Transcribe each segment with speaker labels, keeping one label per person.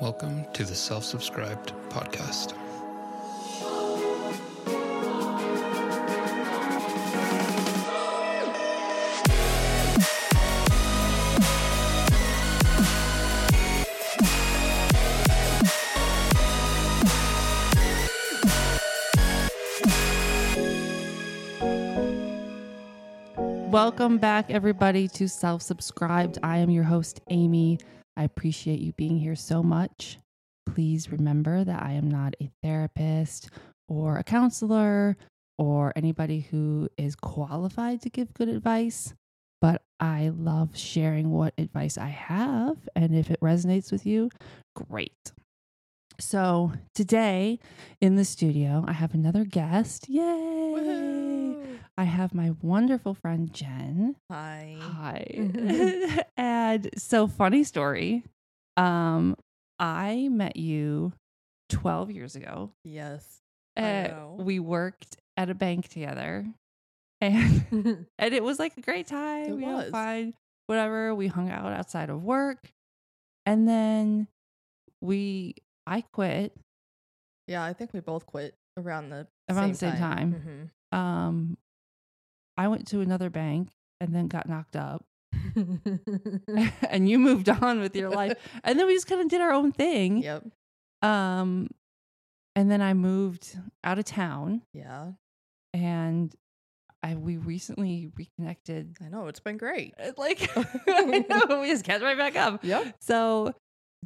Speaker 1: Welcome to the Self Subscribed Podcast.
Speaker 2: Welcome back, everybody, to Self Subscribed. I am your host, Amy. I appreciate you being here so much. Please remember that I am not a therapist or a counselor or anybody who is qualified to give good advice, but I love sharing what advice I have. And if it resonates with you, great. So today in the studio, I have another guest. Yay! I have my wonderful friend Jen.
Speaker 3: Hi.
Speaker 2: Hi. and so funny story. Um I met you 12 years ago.
Speaker 3: Yes. I
Speaker 2: Uh,
Speaker 3: know.
Speaker 2: we worked at a bank together. And
Speaker 3: it
Speaker 2: and it was like a great time.
Speaker 3: It
Speaker 2: we had
Speaker 3: was.
Speaker 2: fun, whatever. We hung out outside of work. And then we I quit
Speaker 3: Yeah, I think we both quit around the
Speaker 2: Around the same um, I went to another bank and then got knocked up,
Speaker 3: Mhm.
Speaker 2: and you moved on with your life, and then we just kind of did our own thing.
Speaker 3: yep.
Speaker 2: Um, and then I moved out of town,
Speaker 3: Yeah.
Speaker 2: and I we recently reconnected.
Speaker 3: I know. It's been great.
Speaker 2: Uh, Like I know, we just catch right back up.
Speaker 3: Yep.
Speaker 2: So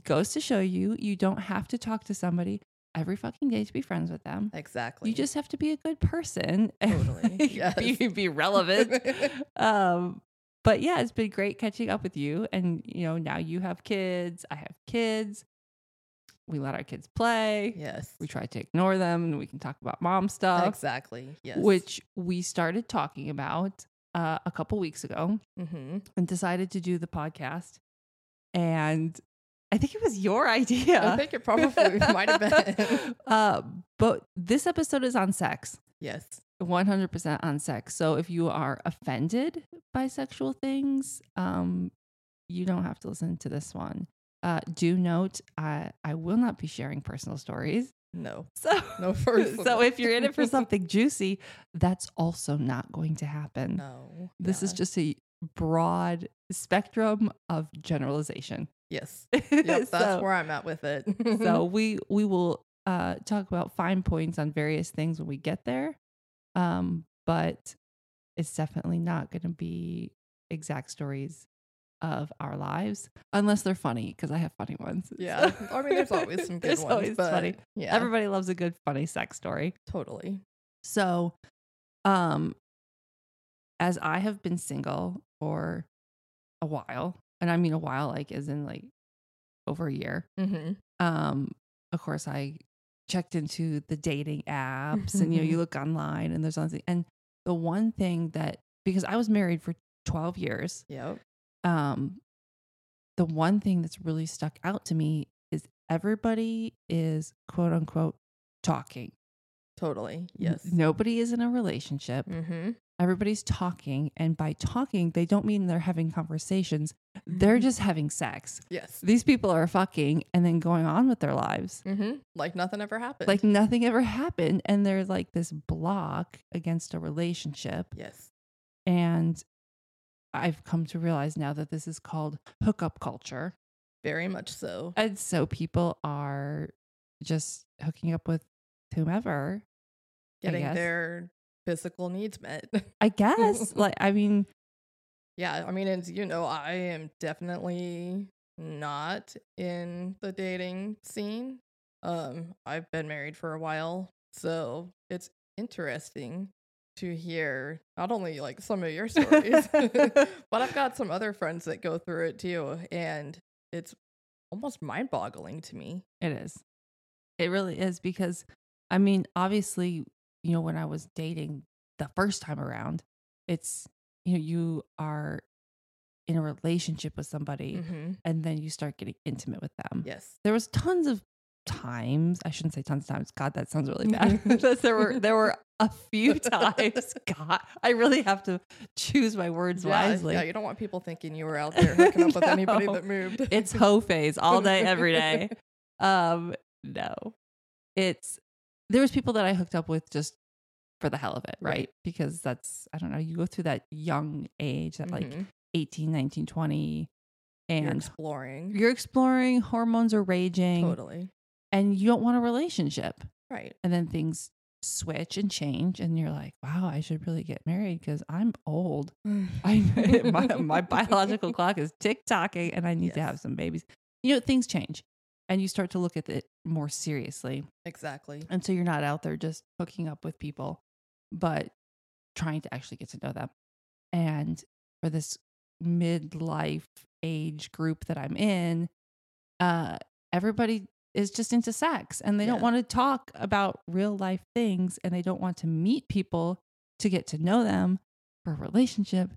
Speaker 2: goes to show you, you don't have to talk to somebody every fucking day to be friends with them.
Speaker 3: Exactly.
Speaker 2: You just have to be a good person. and,
Speaker 3: Totally.
Speaker 2: like,
Speaker 3: Yes.
Speaker 2: be, be relevant. um, but yeah, it's been great catching up with you. And, you know, now you have kids. I have kids. We let our kids play.
Speaker 3: Yes.
Speaker 2: We try to ignore them and we can talk about mom stuff,
Speaker 3: Exactly. Yes.
Speaker 2: which we started talking about uh, a couple weeks ago
Speaker 3: hmm
Speaker 2: and decided to do the podcast. And I think it was your idea.
Speaker 3: I think it probably might have been.
Speaker 2: uh, but this episode is on sex.
Speaker 3: yes.
Speaker 2: 100% on sex. So if you are offended by sexual things, um, you don't have to listen to this one. Uh, do note, I, I will not be sharing personal stories.
Speaker 3: No.
Speaker 2: So,
Speaker 3: No personal.
Speaker 2: so if you're in it for something juicy, that's also not going to happen.
Speaker 3: No.
Speaker 2: This is
Speaker 3: Yeah.
Speaker 2: just a broad spectrum of generalization.
Speaker 3: Yes. Yep. That's
Speaker 2: So-
Speaker 3: where I'm at with it.
Speaker 2: so we we will uh talk about fine points on various things when we get there um but it's definitely not going to be exact stories of our lives unless they're funny because i have funny ones
Speaker 3: Yeah.
Speaker 2: So-
Speaker 3: I mean, there's always some good
Speaker 2: There's
Speaker 3: ones.
Speaker 2: always
Speaker 3: but
Speaker 2: funny.
Speaker 3: Yeah.
Speaker 2: everybody loves a good funny sex story
Speaker 3: totally.
Speaker 2: so um as i have been single for a while and i mean a while like as in like over a year
Speaker 3: Mm-hmm.
Speaker 2: um of course i checked into the dating apps and you know you look online and there's something and the one thing that because i was married for 12 years
Speaker 3: Yep.
Speaker 2: um the one thing that's really stuck out to me is everybody is quote unquote talking
Speaker 3: Totally.
Speaker 2: N-
Speaker 3: Yes.
Speaker 2: nobody is in a relationship
Speaker 3: Mm-hmm.
Speaker 2: everybody's talking and by talking they don't mean they're having conversations they're just having sex
Speaker 3: Yes.
Speaker 2: these people are fucking and then going on with their lives
Speaker 3: Mm-hmm. Like nothing ever happened.
Speaker 2: like nothing ever happened and there's like this block against a relationship
Speaker 3: yes.
Speaker 2: and i've come to realize now that this is called hookup culture
Speaker 3: Very much so.
Speaker 2: and so people are just hooking up with whomever
Speaker 3: Getting
Speaker 2: guess.
Speaker 3: their physical needs met.
Speaker 2: i guess like i mean
Speaker 3: yeah. I mean, as you know, I am definitely not in the dating scene. Um, I've been married for a while, so it's interesting to hear not only like some of your stories, but I've got some other friends that go through it too, and it's almost mind-boggling to me.
Speaker 2: It is. It really is because I mean, obviously, you know, when I was dating the first time around, it's you know, you are in a relationship with somebody
Speaker 3: Mm-hmm.
Speaker 2: and then you start getting intimate with them.
Speaker 3: Yes.
Speaker 2: There was tons of times, I shouldn't say tons of times. God, that sounds really bad. Because there were there were a few times. God, I really have to choose my words
Speaker 3: Yeah,
Speaker 2: wisely.
Speaker 3: Yeah, you don't want people thinking you were out there hooking up with anybody
Speaker 2: No.
Speaker 3: that moved.
Speaker 2: it's hoe phase all day, every day. Um, no, it's there was people that I hooked up with just for the hell of it, right?
Speaker 3: Right.
Speaker 2: Because that's I don't know. You go through that young age, that like
Speaker 3: Mhm.
Speaker 2: 18, 19, 20, and
Speaker 3: you're
Speaker 2: you're,
Speaker 3: exploring.
Speaker 2: exploring. Hormones are raging,
Speaker 3: totally
Speaker 2: and you don't want a relationship.
Speaker 3: right.
Speaker 2: And then things switch and change, and you're like, wow, I should really get married because I'm old. I my, my biological clock is tick tocking, and I need to
Speaker 3: Yes.
Speaker 2: have some babies. You know, things change, and you start to look at it more seriously,
Speaker 3: exactly.
Speaker 2: and so you're not out there just hooking up with people, but trying to actually get to know them. And for this midlife age group that I'm in, uh, everybody is just into sex, and they don't
Speaker 3: Yeah.
Speaker 2: want to talk about real life things, and they don't want to meet people to get to know them for a relationship.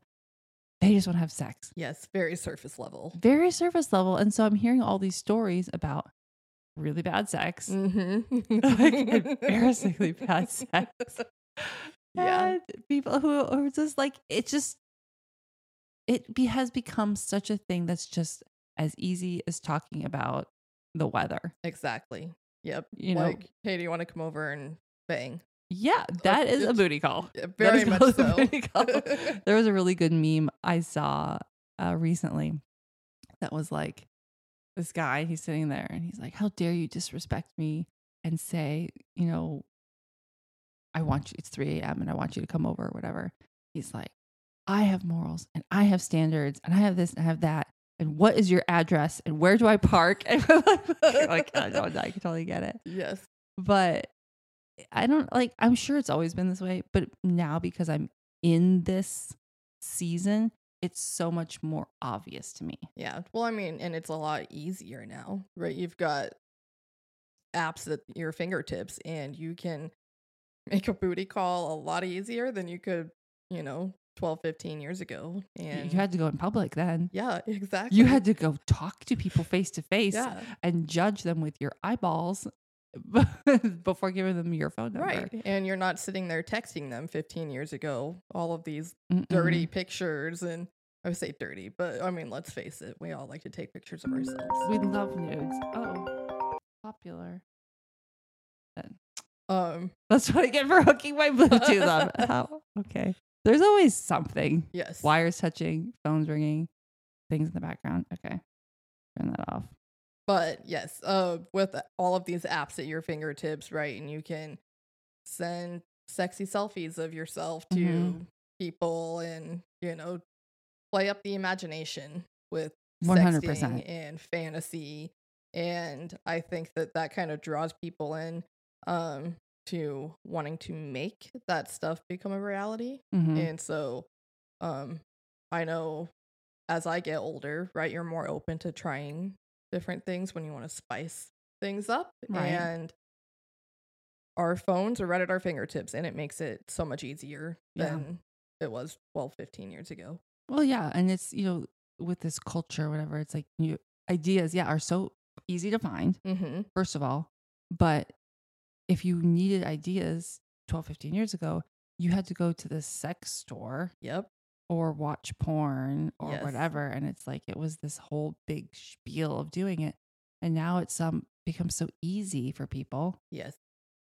Speaker 2: They just want to have sex.
Speaker 3: Yes, very surface level.
Speaker 2: Very surface level. And so I'm hearing all these stories about really bad sex,
Speaker 3: Mm-hmm.
Speaker 2: like embarrassingly bad sex.
Speaker 3: Yeah.
Speaker 2: And people who are just like, it just, it be, has become such a thing that's just as easy as talking about the weather.
Speaker 3: Exactly. Yep.
Speaker 2: You know-
Speaker 3: like, hey, do you want to come over and bang?
Speaker 2: Yeah, that is a
Speaker 3: it's-
Speaker 2: booty call.
Speaker 3: Yeah,
Speaker 2: That
Speaker 3: Very
Speaker 2: is
Speaker 3: much
Speaker 2: called a
Speaker 3: so.
Speaker 2: booty call. there was a really good meme I saw uh, recently that was like this guy, he's sitting there and he's like, How dare you disrespect me and say, you know, I want you, it's 3 a.m. and I want you to come over or whatever. He's like, I have morals and I have standards and I have this and I have that. And what is your address and where do I park? And like, like I, don't, I can totally get it
Speaker 3: Yes.
Speaker 2: but I don't like I'm sure it's always been this way, but now because I'm in this season, it's so much more obvious to me.
Speaker 3: Yeah. Well, I mean, and it's a lot easier now, right? You've got apps at your fingertips and you can make a booty call a lot easier than you could, you know, 12, 15 years ago. And
Speaker 2: you had to go in public then.
Speaker 3: yeah, exactly.
Speaker 2: You had to go talk to people face to face
Speaker 3: yeah,
Speaker 2: and judge them with your eyeballs before giving them your phone number.
Speaker 3: right. And you're not sitting there texting them 15 years ago, all of these
Speaker 2: Mm-mm.
Speaker 3: dirty pictures and I would say dirty, but I mean, let's face it, we all like to take pictures of ourselves.
Speaker 2: We love nudes. Oh, popular.
Speaker 3: Um,
Speaker 2: That's what I get for hooking my Bluetooth up. How- Okay. There's always something.
Speaker 3: yes.
Speaker 2: wires touching, phones ringing, things in the background. Okay, turn that off.
Speaker 3: But yes, uh, with all of these apps at your fingertips, right? And you can send sexy selfies of yourself to
Speaker 2: Mhm.
Speaker 3: people and, you know, play up the imagination with
Speaker 2: One hundred
Speaker 3: sexting
Speaker 2: percent.
Speaker 3: and fantasy. And I think that that kind of draws people in um, to wanting to make that stuff become a reality.
Speaker 2: mm-hmm.
Speaker 3: And so um I know as I get older, right, you're more open to trying different things when you want to spice things up
Speaker 2: Right.
Speaker 3: and our phones are right at our fingertips and it makes it so much easier
Speaker 2: Yeah.
Speaker 3: than it was 12 15 years ago.
Speaker 2: Well, yeah, and it's you know with this culture, whatever. It's like new ideas. Yeah, are so easy to find.
Speaker 3: Mhm.
Speaker 2: First of all, but if you needed ideas 12, 15 years ago, you had to go to the sex store
Speaker 3: Yep.
Speaker 2: or watch porn or
Speaker 3: Yes.
Speaker 2: whatever. And it's like it was this whole big spiel of doing it, and now it's um becomes so easy for people.
Speaker 3: Yes.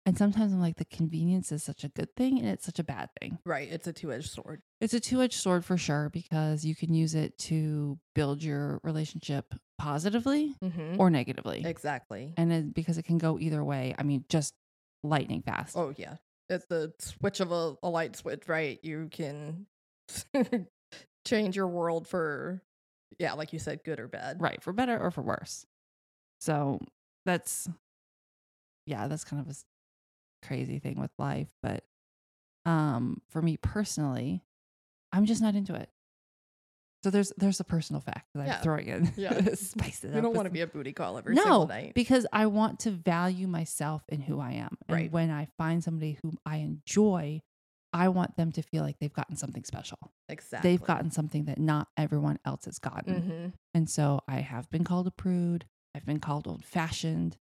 Speaker 2: And sometimes I'm like, the convenience is such a good thing and it's such a bad thing.
Speaker 3: Right, it's a two-edged sword.
Speaker 2: It's a two edged sword for sure because you can use it to build your relationship positively
Speaker 3: Mhm.
Speaker 2: or negatively.
Speaker 3: Exactly.
Speaker 2: And it, because it can go either way. I mean, just lightning fast.
Speaker 3: Oh yeah, it's the switch of a, a light switch, right? You can change your world for, yeah, like you said, good or bad.
Speaker 2: Right. For better or for worse. So that's, yeah, that's kind of a s- crazy thing with life. But um, for me personally, I'm just not into it. So there's there's a personal fact that
Speaker 3: Yeah.
Speaker 2: I'm throwing in.
Speaker 3: Yeah.
Speaker 2: Spice it up.
Speaker 3: You don't
Speaker 2: with
Speaker 3: want to
Speaker 2: some-
Speaker 3: be a booty call every single
Speaker 2: no,
Speaker 3: night.
Speaker 2: because I want to value myself and who I am. And
Speaker 3: Right.
Speaker 2: when I find somebody whom I enjoy, I want them to feel like they've gotten something special.
Speaker 3: exactly.
Speaker 2: They've gotten something that not everyone else has gotten.
Speaker 3: hmm
Speaker 2: And so I have been called a prude. I've been called old fashioned.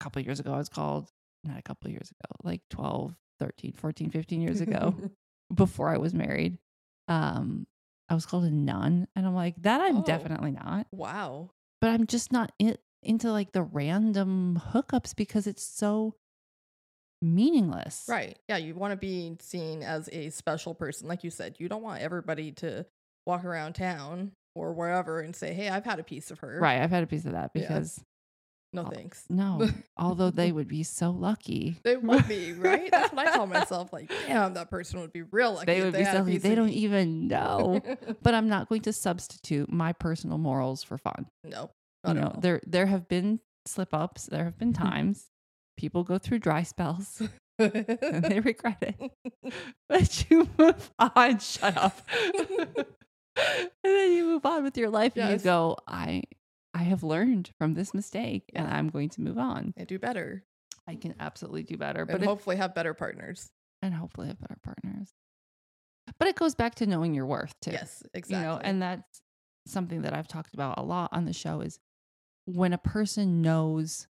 Speaker 2: A couple years ago, I was called, not a couple years ago, like 12, 13, 14, 15 years ago before I was married. Um, I was called a nun. And I'm like, that I'm
Speaker 3: Oh.
Speaker 2: definitely not
Speaker 3: wow.
Speaker 2: but I'm just not in, into like the random hookups because it's so meaningless.
Speaker 3: Right. Yeah. You want to be seen as a special person. Like you said, you don't want everybody to walk around town or wherever and say, hey, I've had a piece of her.
Speaker 2: Right. I've had a piece of that
Speaker 3: Yeah.
Speaker 2: because
Speaker 3: No
Speaker 2: Oh.
Speaker 3: thanks.
Speaker 2: no, although they would be so lucky.
Speaker 3: They would be, right? That's what I tell myself. Like, damn, that person would be real lucky.
Speaker 2: They
Speaker 3: if
Speaker 2: would be
Speaker 3: had
Speaker 2: so
Speaker 3: a
Speaker 2: lucky.
Speaker 3: piece
Speaker 2: They
Speaker 3: of
Speaker 2: don't
Speaker 3: me."
Speaker 2: even know. but I'm not going to substitute my personal morals for fun. You
Speaker 3: no. Not at
Speaker 2: know,
Speaker 3: all.
Speaker 2: there there have been slip ups. There have been times people go through dry spells and they regret it. But you move on. Shut up. and then you move on with your life and
Speaker 3: Yes.
Speaker 2: you go, I I have learned from this mistake and
Speaker 3: Yeah.
Speaker 2: I'm going to move on.
Speaker 3: and do better.
Speaker 2: I can absolutely do better.
Speaker 3: And
Speaker 2: But it,
Speaker 3: hopefully have better partners.
Speaker 2: and hopefully have better partners. But it goes back to knowing your worth too.
Speaker 3: Yes, exactly.
Speaker 2: You know, and that's something that I've talked about a lot on the show is when a person knows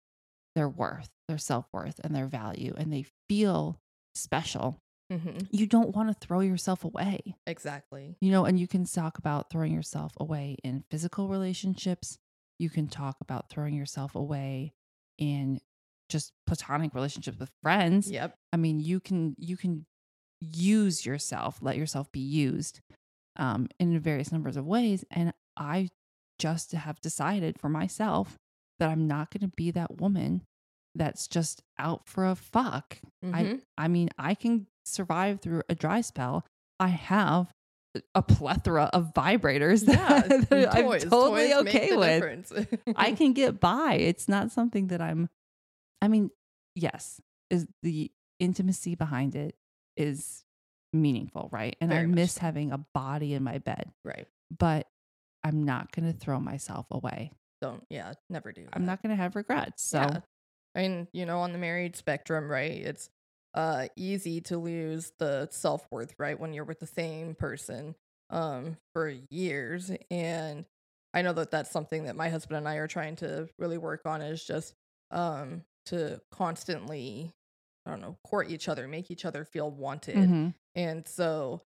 Speaker 2: their worth, their self worth, and their value, and they feel special,
Speaker 3: Mhm,
Speaker 2: you don't want to throw yourself away.
Speaker 3: exactly.
Speaker 2: You know, and you can talk about throwing yourself away in physical relationships. You can talk about throwing yourself away in just platonic relationships with friends.
Speaker 3: Yep.
Speaker 2: I mean, you can you can use yourself, let yourself be used um, in various numbers of ways. And I just have decided for myself that I'm not going to be that woman that's just out for a fuck.
Speaker 3: mhm.
Speaker 2: I mean, I can survive through a dry spell. I have a plethora of vibrators that,
Speaker 3: yeah.
Speaker 2: that I'm
Speaker 3: toys.
Speaker 2: totally
Speaker 3: toys make
Speaker 2: okay
Speaker 3: the
Speaker 2: with.
Speaker 3: difference.
Speaker 2: I can get by. It's not something that I'm I mean, yes, is the intimacy behind it is meaningful, right? And I
Speaker 3: Very much
Speaker 2: miss
Speaker 3: so.
Speaker 2: having a body in my bed,
Speaker 3: Right.
Speaker 2: but I'm not going to throw myself away.
Speaker 3: Don't. Yeah. Never do.
Speaker 2: I'm
Speaker 3: that.
Speaker 2: not going to have regrets. So,
Speaker 3: Yeah. I mean, you know, on the married spectrum, right? It's uh easy to lose the self-worth, right, when you're with the same person um for years and I know that that's something that my husband and I are trying to really work on is just um to constantly I don't know, court each other, make each other feel wanted.
Speaker 2: mhm.
Speaker 3: And so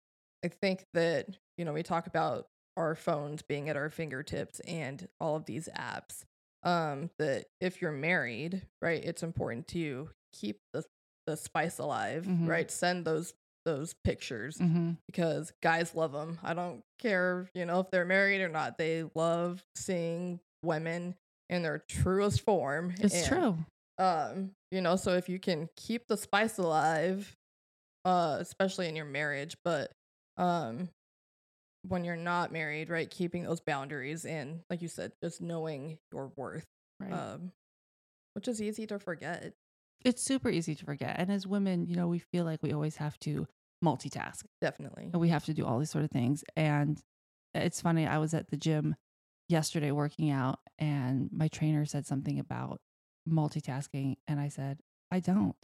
Speaker 3: I think that, you know, we talk about our phones being at our fingertips and all of these apps. Um, that if you're married, right, it's important to keep the the spice alive,
Speaker 2: Mhm.
Speaker 3: right? Send those those pictures
Speaker 2: Mhm.
Speaker 3: because guys love them. I don't care, you know, if they're married or not. They love seeing women in their truest form.
Speaker 2: it's
Speaker 3: and
Speaker 2: true.
Speaker 3: um you know so if you can keep the spice alive uh especially in your marriage but um when you're not married right keeping those boundaries and like you said just knowing your worth
Speaker 2: Right.
Speaker 3: um which is easy to forget
Speaker 2: it's super easy to forget. And as women, you know, we feel like we always have to multitask.
Speaker 3: definitely
Speaker 2: and we have to do all these sort of things. And it's funny, I was at the gym yesterday working out, and my trainer said something about multitasking. And I said, I don't.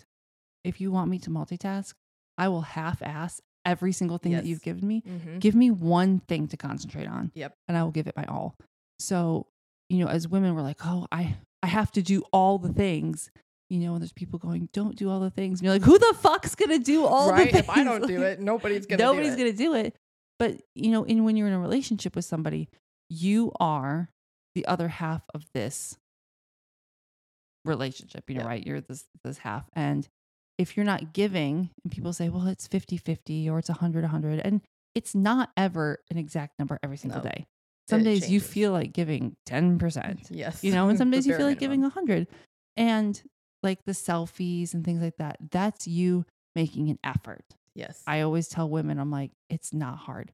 Speaker 2: If you want me to multitask, I will half ass every single thing that you've
Speaker 3: Yes.
Speaker 2: given me.
Speaker 3: hmm
Speaker 2: Give me one thing to concentrate on.
Speaker 3: Yep.
Speaker 2: And I will give it my all. So, you know, as women, we're like, oh, I, I have to do all the things. You know, and there's people going, don't do all the things. And you're like, who the fuck's going to do all
Speaker 3: right
Speaker 2: the things?
Speaker 3: if i don't do
Speaker 2: Like-
Speaker 3: it nobody's gonna
Speaker 2: nobody's
Speaker 3: do it.
Speaker 2: gonna do it but you know in when you're in a relationship with somebody you are the other half of this relationship you know
Speaker 3: Yeah.
Speaker 2: right you're this this half and if you're not giving and people say well it's 50 50 or it's 100 100 and it's not ever an exact number every single
Speaker 3: No.
Speaker 2: day some days you
Speaker 3: changes.
Speaker 2: feel like giving 10%
Speaker 3: yes
Speaker 2: you know and some
Speaker 3: The
Speaker 2: days you
Speaker 3: bare
Speaker 2: feel like giving
Speaker 3: minimum.
Speaker 2: 100 and like the selfies and things like that that's you making an effort
Speaker 3: yes
Speaker 2: I always tell women, I'm like, it's not hard.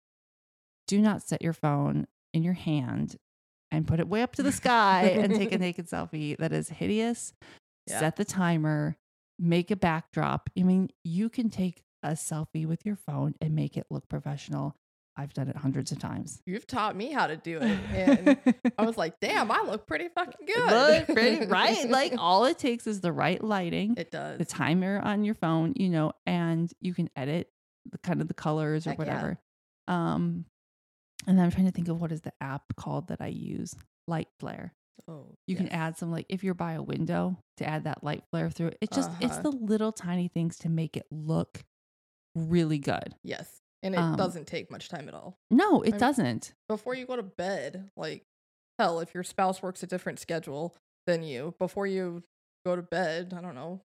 Speaker 2: Do not set your phone in your hand and put it way up to the sky and take a naked selfie. That is hideous.
Speaker 3: Yeah.
Speaker 2: Set the timer, make a backdrop. I mean, you can take a selfie with your phone and make it look professional. I've done it hundreds of times.
Speaker 3: you've taught me how to do it and i was like damn i look pretty fucking good
Speaker 2: Look pretty, right? Like all it takes is the right lighting,
Speaker 3: it does
Speaker 2: the timer on your phone, you know, and you can edit the kind of the colors or
Speaker 3: Heck yeah.
Speaker 2: whatever. Um, and I'm trying to think of what is the app called that I use, Light Flare.
Speaker 3: oh
Speaker 2: You can
Speaker 3: yes.
Speaker 2: add some like if you're by a window to add that light flare through it. It's just it's
Speaker 3: Uh-huh.
Speaker 2: the little tiny things to make it look really good.
Speaker 3: Yes. And it
Speaker 2: Um,
Speaker 3: doesn't take much time at all.
Speaker 2: No, it
Speaker 3: I'm-
Speaker 2: doesn't.
Speaker 3: Before you go to bed, like hell, if your spouse works a different schedule, than you before you go to bed. I don't know,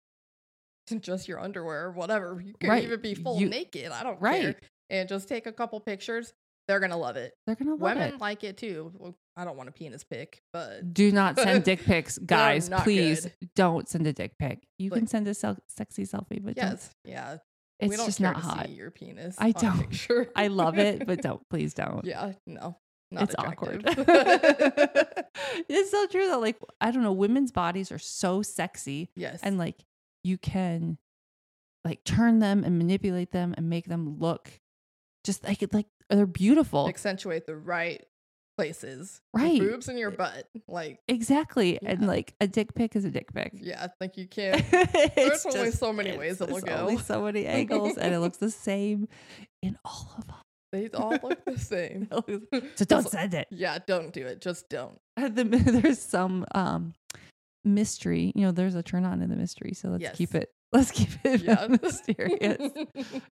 Speaker 3: just your underwear or whatever. You can
Speaker 2: Right.
Speaker 3: even be full
Speaker 2: You-
Speaker 3: naked. I don't care.
Speaker 2: Right.
Speaker 3: And just take a couple pictures. They're gonna love it.
Speaker 2: They're going to love
Speaker 3: Women
Speaker 2: it.
Speaker 3: like it too. Well, I don't want a penis pic, but
Speaker 2: Do not send dick pics, guys.
Speaker 3: not
Speaker 2: Please
Speaker 3: good.
Speaker 2: don't send a dick pic. You can
Speaker 3: Like-
Speaker 2: send a sel- sexy selfie, but don't-
Speaker 3: yes, yeah, we
Speaker 2: it's
Speaker 3: don't
Speaker 2: just
Speaker 3: care
Speaker 2: not
Speaker 3: to
Speaker 2: hot.
Speaker 3: See your penis.
Speaker 2: I
Speaker 3: on
Speaker 2: don't.
Speaker 3: Picture.
Speaker 2: I love it, but don't. Please don't.
Speaker 3: Yeah, no, not
Speaker 2: it's
Speaker 3: attractive.
Speaker 2: awkward. it's so true though. Like I don't know, women's bodies are so sexy,
Speaker 3: yes,
Speaker 2: and like you can like turn them and manipulate them and make them look just like like they're beautiful.
Speaker 3: accentuate the right places.
Speaker 2: Right.
Speaker 3: your boobs and your butt. Like,
Speaker 2: exactly, and
Speaker 3: Yeah.
Speaker 2: like a dick pic is a dick pic.
Speaker 3: yeah, like you can't.
Speaker 2: There's
Speaker 3: There's only so many ways it'll
Speaker 2: There's only
Speaker 3: go.
Speaker 2: so many angles, and it looks the same in all of
Speaker 3: They all look the same.
Speaker 2: them. So don't
Speaker 3: Just-
Speaker 2: send it.
Speaker 3: Yeah, don't do it. Just don't.
Speaker 2: at the there's some um mystery you know there's a turn on in the mystery so let's keep
Speaker 3: Yes.
Speaker 2: it let's keep it
Speaker 3: Yeah.
Speaker 2: mysterious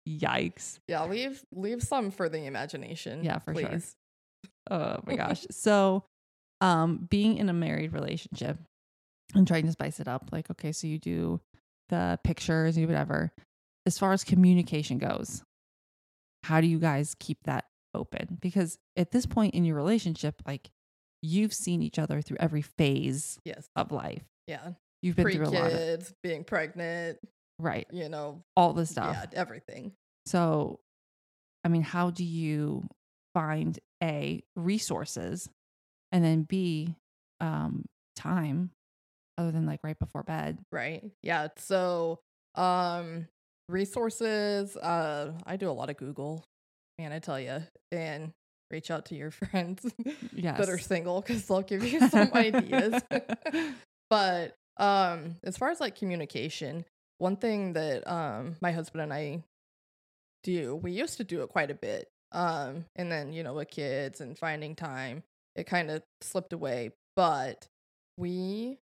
Speaker 2: yikes
Speaker 3: yeah, leave leave some for the imagination.
Speaker 2: Yeah, for sure.
Speaker 3: please.
Speaker 2: oh my gosh so um being in a married relationship and trying to spice it up like okay so you do the pictures you whatever as far as communication goes how do you guys keep that open because at this point in your relationship like you've seen each other through every phase
Speaker 3: Yes.
Speaker 2: of life
Speaker 3: Yeah.
Speaker 2: you've Oh, been
Speaker 3: Pre
Speaker 2: through a lot of
Speaker 3: kids, being pregnant,
Speaker 2: right
Speaker 3: you know,
Speaker 2: all the stuff
Speaker 3: yeah, everything.
Speaker 2: So, I mean, how do you find A, resources, and then B, um, time other than like right before bed?
Speaker 3: Right. Yeah. So, um, resources. Uh, I do a lot of Google, man. I tell you, and reach out to your friends
Speaker 2: Yes.
Speaker 3: that are single because they'll give you some ideas. but um, as far as like communication, one thing that um my husband and I do, we used to do it quite a bit. Um, and then you know with kids and finding time, it kind of slipped away. But we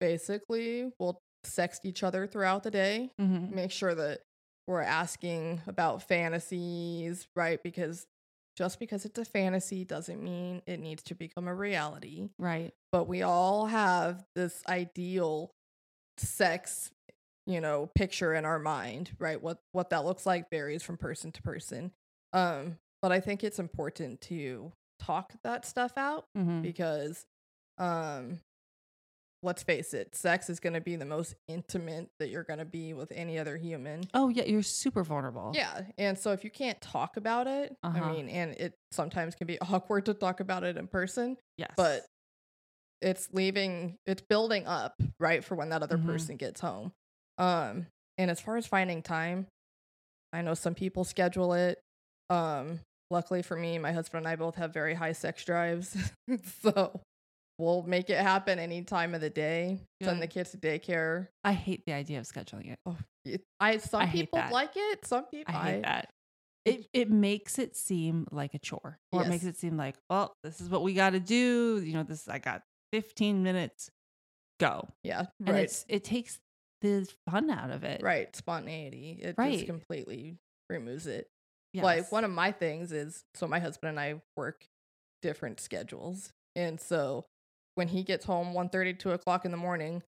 Speaker 3: basically will sext each other throughout the day
Speaker 2: Mhm.
Speaker 3: make sure that we're asking about fantasies, right? Because just because it's a fantasy doesn't mean it needs to become a reality.
Speaker 2: Right.
Speaker 3: But we all have this ideal sex, you know, picture in our mind, right? What what that looks like varies from person to person. Um, but I think it's important to talk that stuff out
Speaker 2: Mhm.
Speaker 3: because um let's face it sex is going to be the most intimate that you're going to be with any other human
Speaker 2: Oh, yeah. You're super vulnerable.
Speaker 3: yeah and so if you can't talk about it
Speaker 2: Oh. Uh-huh.
Speaker 3: i mean and it sometimes can be awkward to talk about it in person
Speaker 2: Yes.
Speaker 3: but it's leaving it's building up right for when that other
Speaker 2: Mhm.
Speaker 3: person gets home um and as far as finding time i know some people schedule it um luckily for me my husband and i both have very high sex drives so we'll make it happen any time of the day send the
Speaker 2: Good.
Speaker 3: kids to daycare
Speaker 2: I hate the idea of scheduling it.
Speaker 3: It- i some
Speaker 2: I hate
Speaker 3: people
Speaker 2: that.
Speaker 3: like it some people
Speaker 2: I hate that. It, it makes it seem like a chore or it makes
Speaker 3: Yes.
Speaker 2: it seem like, well, this is what we got to do. You know, this, I got 15 minutes, go.
Speaker 3: yeah
Speaker 2: and
Speaker 3: right
Speaker 2: it's it takes the fun out of it.
Speaker 3: right spontaneity it
Speaker 2: Right.
Speaker 3: just completely removes it Like one of my things is so my husband and I work different schedules. And so when he gets home 1 2 o'clock in the morning,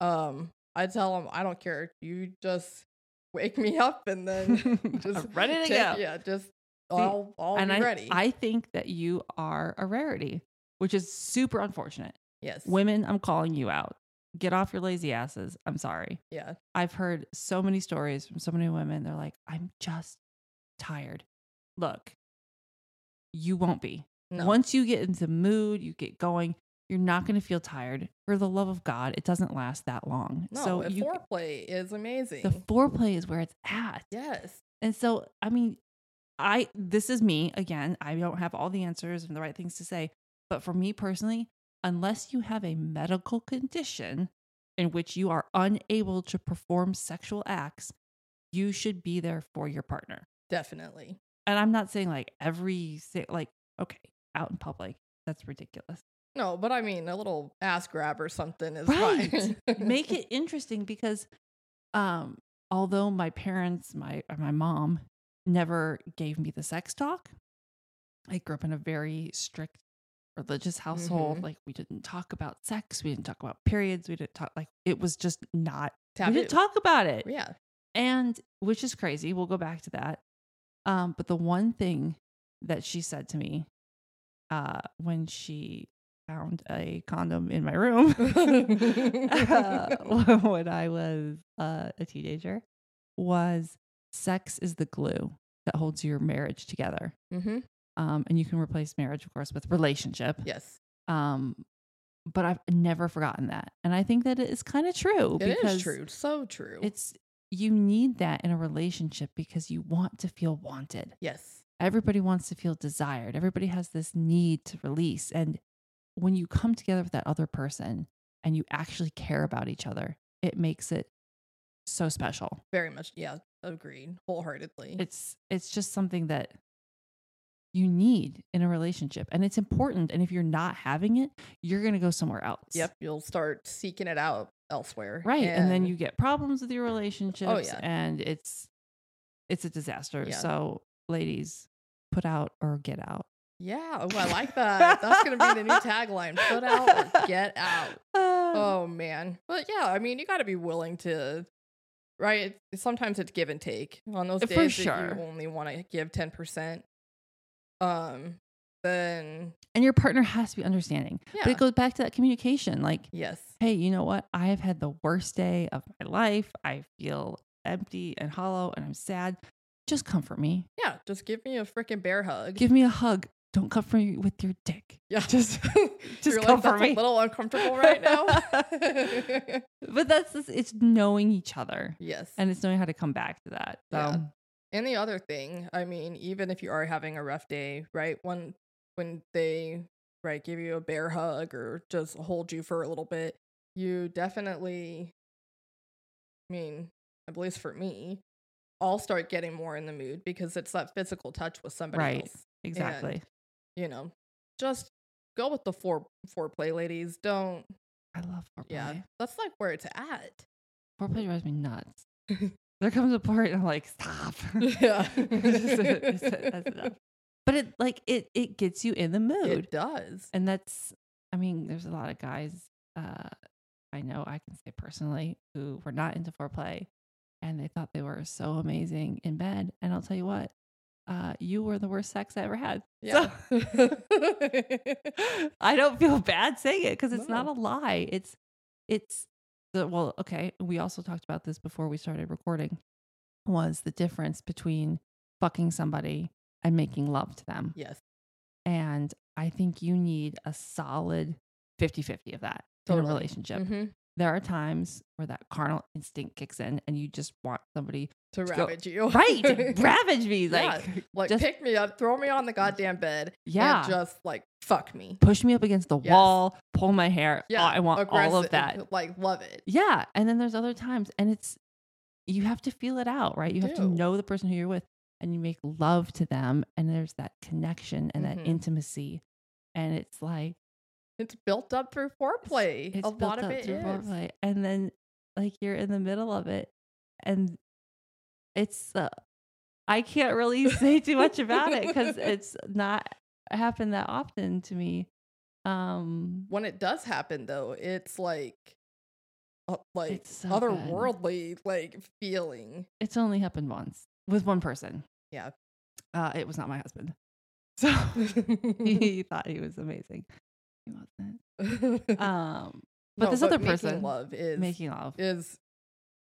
Speaker 3: um, I tell him, I don't care. You just wake me up and then just
Speaker 2: ready to
Speaker 3: take-
Speaker 2: go.
Speaker 3: Yeah, just all all
Speaker 2: and
Speaker 3: be
Speaker 2: I
Speaker 3: ready.
Speaker 2: I think that you are a rarity, which is super unfortunate.
Speaker 3: yes.
Speaker 2: Women, I'm calling you out. Get off your lazy asses. I'm sorry.
Speaker 3: yeah.
Speaker 2: I've heard so many stories from so many women. They're like, I'm just tired. Look, you won't be.
Speaker 3: No.
Speaker 2: Once you get into mood, you get going. You're not going to feel tired. For the love of God, it doesn't last that long.
Speaker 3: no,
Speaker 2: so
Speaker 3: and
Speaker 2: you,
Speaker 3: foreplay is amazing.
Speaker 2: the foreplay is where it's at.
Speaker 3: yes.
Speaker 2: And so, I mean, I this is me again. I don't have all the answers and the right things to say, but for me personally, unless you have a medical condition in which you are unable to perform sexual acts, you should be there for your partner.
Speaker 3: Definitely.
Speaker 2: And I'm not saying like every si- like okay, out in public, that's ridiculous.
Speaker 3: No, but I mean a little ass grab or something is
Speaker 2: Right.
Speaker 3: fine.
Speaker 2: Make it interesting because um although my parents, my or my mom never gave me the sex talk, I grew up in a very strict religious household.
Speaker 3: Mhm.
Speaker 2: Like we didn't talk about sex, we didn't talk about periods, we didn't talk like it was just not we
Speaker 3: Taboo.
Speaker 2: didn't talk about it.
Speaker 3: yeah.
Speaker 2: And which is crazy. We'll go back to that. Um, but the one thing that she said to me uh, when she found a condom in my room uh, when I was uh, a teenager was sex is the glue that holds your marriage together.
Speaker 3: hmm
Speaker 2: Um, and you can replace marriage, of course, with relationship.
Speaker 3: Yes.
Speaker 2: Um, but I've never forgotten that. And I think that it is kind of true.
Speaker 3: It
Speaker 2: because
Speaker 3: is true. So true.
Speaker 2: It's you need that in a relationship because you want to feel wanted.
Speaker 3: yes.
Speaker 2: Everybody wants to feel desired. Everybody has this need to release. And when you come together with that other person and you actually care about each other, it makes it so special.
Speaker 3: Very much. Yeah. Agreed. Wholeheartedly.
Speaker 2: It's it's just something that you need in a relationship and it's important and if you're not having it, you're going to go somewhere else.
Speaker 3: yep. You'll start seeking it out elsewhere.
Speaker 2: Right. And, then you get problems with your relationships
Speaker 3: Oh, yeah.
Speaker 2: and it's it's a disaster.
Speaker 3: Yeah.
Speaker 2: So ladies, put out or get out.
Speaker 3: Yeah. Oh, I like that. That's going to be the new tagline. Put out or get out.
Speaker 2: Uh,
Speaker 3: Oh, man. But yeah, I mean, you got to be willing to, right? Sometimes it's give and take. On those
Speaker 2: For
Speaker 3: days
Speaker 2: sure.
Speaker 3: that you only want to give 10%, um, then
Speaker 2: And your partner has to be understanding. But
Speaker 3: Yeah.
Speaker 2: it goes back to that communication. Like,
Speaker 3: yes.
Speaker 2: hey, you know what? I have had the worst day of my life. I feel empty and hollow and I'm sad. Just comfort me.
Speaker 3: Yeah. Just give me a freaking bear hug.
Speaker 2: Give me a hug. Don't comfort me with your dick.
Speaker 3: yeah.
Speaker 2: Just just
Speaker 3: You're like,
Speaker 2: comfort
Speaker 3: "That's
Speaker 2: me.
Speaker 3: a little uncomfortable right now.
Speaker 2: but that's just- it's knowing each other.
Speaker 3: yes.
Speaker 2: and it's knowing how to come back to that. So
Speaker 3: Yeah. And the other thing, I mean, even if you are having a rough day, right? When when they right give you a bear hug or just hold you for a little bit, you definitely I mean, at least for me, I'll start getting more in the mood because it's that physical touch with somebody
Speaker 2: Right.
Speaker 3: else.
Speaker 2: exactly,
Speaker 3: You know. Just go with the fore foreplay ladies. Don't
Speaker 2: I love foreplay.
Speaker 3: yeah, that's like where it's at.
Speaker 2: Foreplay drives me nuts. there comes a part and I'm like, stop.
Speaker 3: Yeah.
Speaker 2: It's just- it's- that's enough. But it like it it gets you in the mood,
Speaker 3: It does.
Speaker 2: and that's I mean, there's a lot of guys uh, I know I can say personally who were not into foreplay, and they thought they were so amazing in bed. And I'll tell you what, uh, you were the worst sex I ever had.
Speaker 3: Yeah.
Speaker 2: I don't feel bad saying it because it's not a
Speaker 3: No.
Speaker 2: lie. It's it's the well, okay. We also talked about this before we started recording. Was the difference between fucking somebody and making love to them?
Speaker 3: yes.
Speaker 2: And I think you need a solid 50-50 of that in a
Speaker 3: Totally.
Speaker 2: relationship.
Speaker 3: hmm
Speaker 2: There are times where that carnal instinct kicks in and you just want somebody
Speaker 3: To
Speaker 2: Let's go.
Speaker 3: ravage you.
Speaker 2: right ravage me
Speaker 3: Yeah,
Speaker 2: like
Speaker 3: like
Speaker 2: just-
Speaker 3: pick me up, throw me on the goddamn bed,
Speaker 2: yeah.
Speaker 3: and just like fuck me.
Speaker 2: push me up against the
Speaker 3: Yes.
Speaker 2: wall, pull my hair.
Speaker 3: Yeah.
Speaker 2: I want all of
Speaker 3: aggressive,
Speaker 2: that.
Speaker 3: Like love it.
Speaker 2: Yeah. And then there's other times, and it's you have to feel it out, right? You have to
Speaker 3: do.
Speaker 2: know the person who you're with, and you make love to them, and there's that connection and that
Speaker 3: Mhm.
Speaker 2: intimacy, and it's like
Speaker 3: It's built up through foreplay.
Speaker 2: it's
Speaker 3: a
Speaker 2: built
Speaker 3: lot of
Speaker 2: up
Speaker 3: it
Speaker 2: through
Speaker 3: is.
Speaker 2: foreplay, and then like you're in the middle of it, and it's uh, I can't really say too much about it because it's not happened that often to me. Um,
Speaker 3: When it does happen, though, it's like, uh, like
Speaker 2: It's so good.
Speaker 3: otherworldly, like feeling.
Speaker 2: It's only happened once with one person.
Speaker 3: Yeah.
Speaker 2: Uh, it was not my husband. So he thought he was amazing. He wasn't. Um, but
Speaker 3: No,
Speaker 2: this other
Speaker 3: making
Speaker 2: person
Speaker 3: love is
Speaker 2: making love.
Speaker 3: is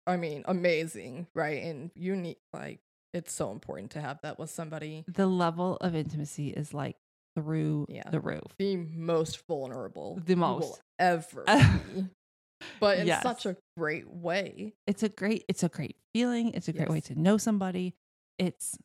Speaker 3: i mean amazing right and you need like it's so important to have that with somebody
Speaker 2: the level of intimacy is like through
Speaker 3: Yeah.
Speaker 2: the roof.
Speaker 3: the most vulnerable
Speaker 2: The
Speaker 3: you will
Speaker 2: most.
Speaker 3: ever be. but in
Speaker 2: Yes.
Speaker 3: such a great way
Speaker 2: It's a great it's a great feeling. It's a great way
Speaker 3: Yes.
Speaker 2: to know somebody. It's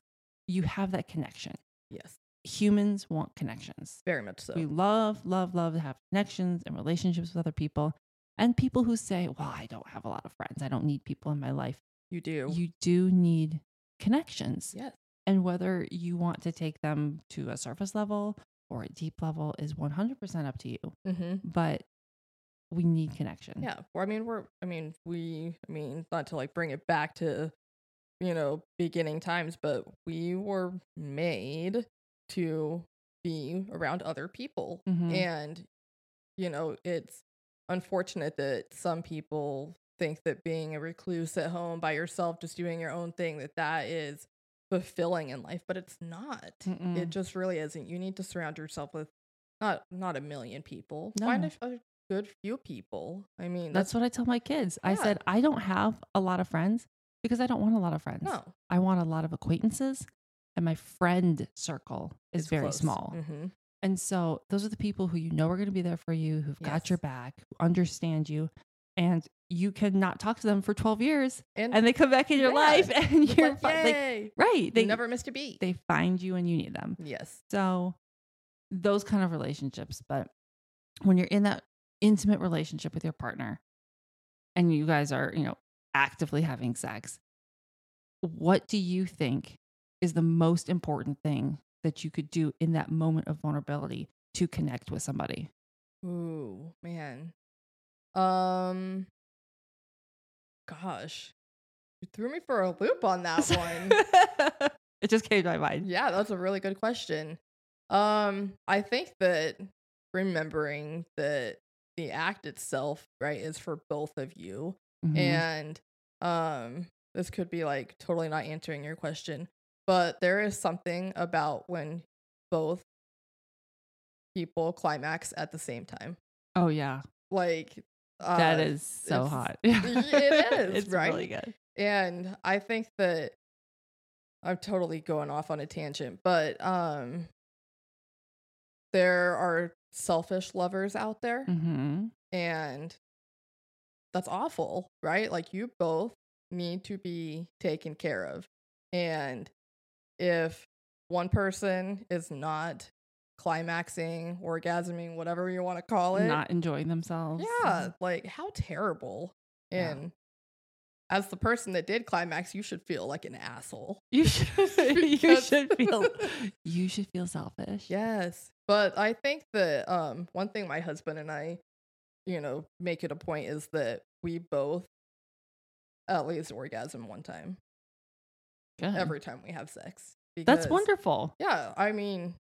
Speaker 2: you have that connection.
Speaker 3: yes
Speaker 2: Humans want connections.
Speaker 3: very much so
Speaker 2: We love, love, love to have connections and relationships with other people. And people who say, Well, I don't have a lot of friends. I don't need people in my life.
Speaker 3: you do
Speaker 2: You do need connections.
Speaker 3: yes
Speaker 2: And whether you want to take them to a surface level or a deep level is 100% up to you.
Speaker 3: hmm
Speaker 2: But we need connection.
Speaker 3: yeah well, i mean we're i mean we i mean not to like bring it back to you know beginning times but we were made to be around other people.
Speaker 2: Mhm.
Speaker 3: And, you know, it's unfortunate that some people think that being a recluse at home by yourself, just doing your own thing, that that is fulfilling in life, but it's not. It
Speaker 2: Mm-mm.
Speaker 3: just really isn't. You need to surround yourself with not not a million people. Find a,
Speaker 2: No.
Speaker 3: f- a good few people. I mean,
Speaker 2: That's
Speaker 3: that's,
Speaker 2: what I tell my kids. I
Speaker 3: Yeah.
Speaker 2: said, I don't have a lot of friends because I don't want a lot of friends.
Speaker 3: no.
Speaker 2: I want a lot of acquaintances, and my friend circle is
Speaker 3: it's
Speaker 2: very
Speaker 3: close.
Speaker 2: small.
Speaker 3: Mhm.
Speaker 2: And so those are the people who you know are going to be there for you, who've got your
Speaker 3: Yes.
Speaker 2: back, who understand you, and you cannot talk to them for 12 years
Speaker 3: And,
Speaker 2: and they come back in your
Speaker 3: Yeah.
Speaker 2: life and
Speaker 3: you're
Speaker 2: you're
Speaker 3: like,
Speaker 2: fi- like,
Speaker 3: yay,
Speaker 2: right. They
Speaker 3: you never missed a beat.
Speaker 2: they find you and you need them.
Speaker 3: yes.
Speaker 2: So those kind of relationships, but when you're in that intimate relationship with your partner and you guys are, you know, actively having sex, what do you think is the most important thing that you could do in that moment of vulnerability to connect with somebody?
Speaker 3: Ooh, man. Um gosh. You threw me for a loop on that one.
Speaker 2: it just came to my mind.
Speaker 3: yeah, that's a really good question. Um I think that remembering that the act itself, right, is for both of you.
Speaker 2: Mhm.
Speaker 3: And um this could be like totally not answering your question, but there is something about when both people climax at the same time.
Speaker 2: oh yeah.
Speaker 3: Like uh,
Speaker 2: that is so
Speaker 3: it's-
Speaker 2: hot.
Speaker 3: it is,
Speaker 2: it's really
Speaker 3: right?
Speaker 2: good.
Speaker 3: And I think that I'm totally going off on a tangent, but um there are selfish lovers out there
Speaker 2: Mhm.
Speaker 3: and that's awful, right? Like you both need to be taken care of. And if one person is not climaxing, orgasming, whatever you want to call it,
Speaker 2: Not enjoying themselves.
Speaker 3: yeah, like how terrible.
Speaker 2: Yeah.
Speaker 3: And as the person that did climax, you should feel like an asshole.
Speaker 2: You should you
Speaker 3: Because-
Speaker 2: should feel you should feel selfish.
Speaker 3: Yes. But I think that um one thing my husband and I, you know, make it a point is that we both at least orgasm one time
Speaker 2: Good.
Speaker 3: every time we have sex.
Speaker 2: Hmm. That's
Speaker 3: because-
Speaker 2: wonderful.
Speaker 3: Yeah, I mean,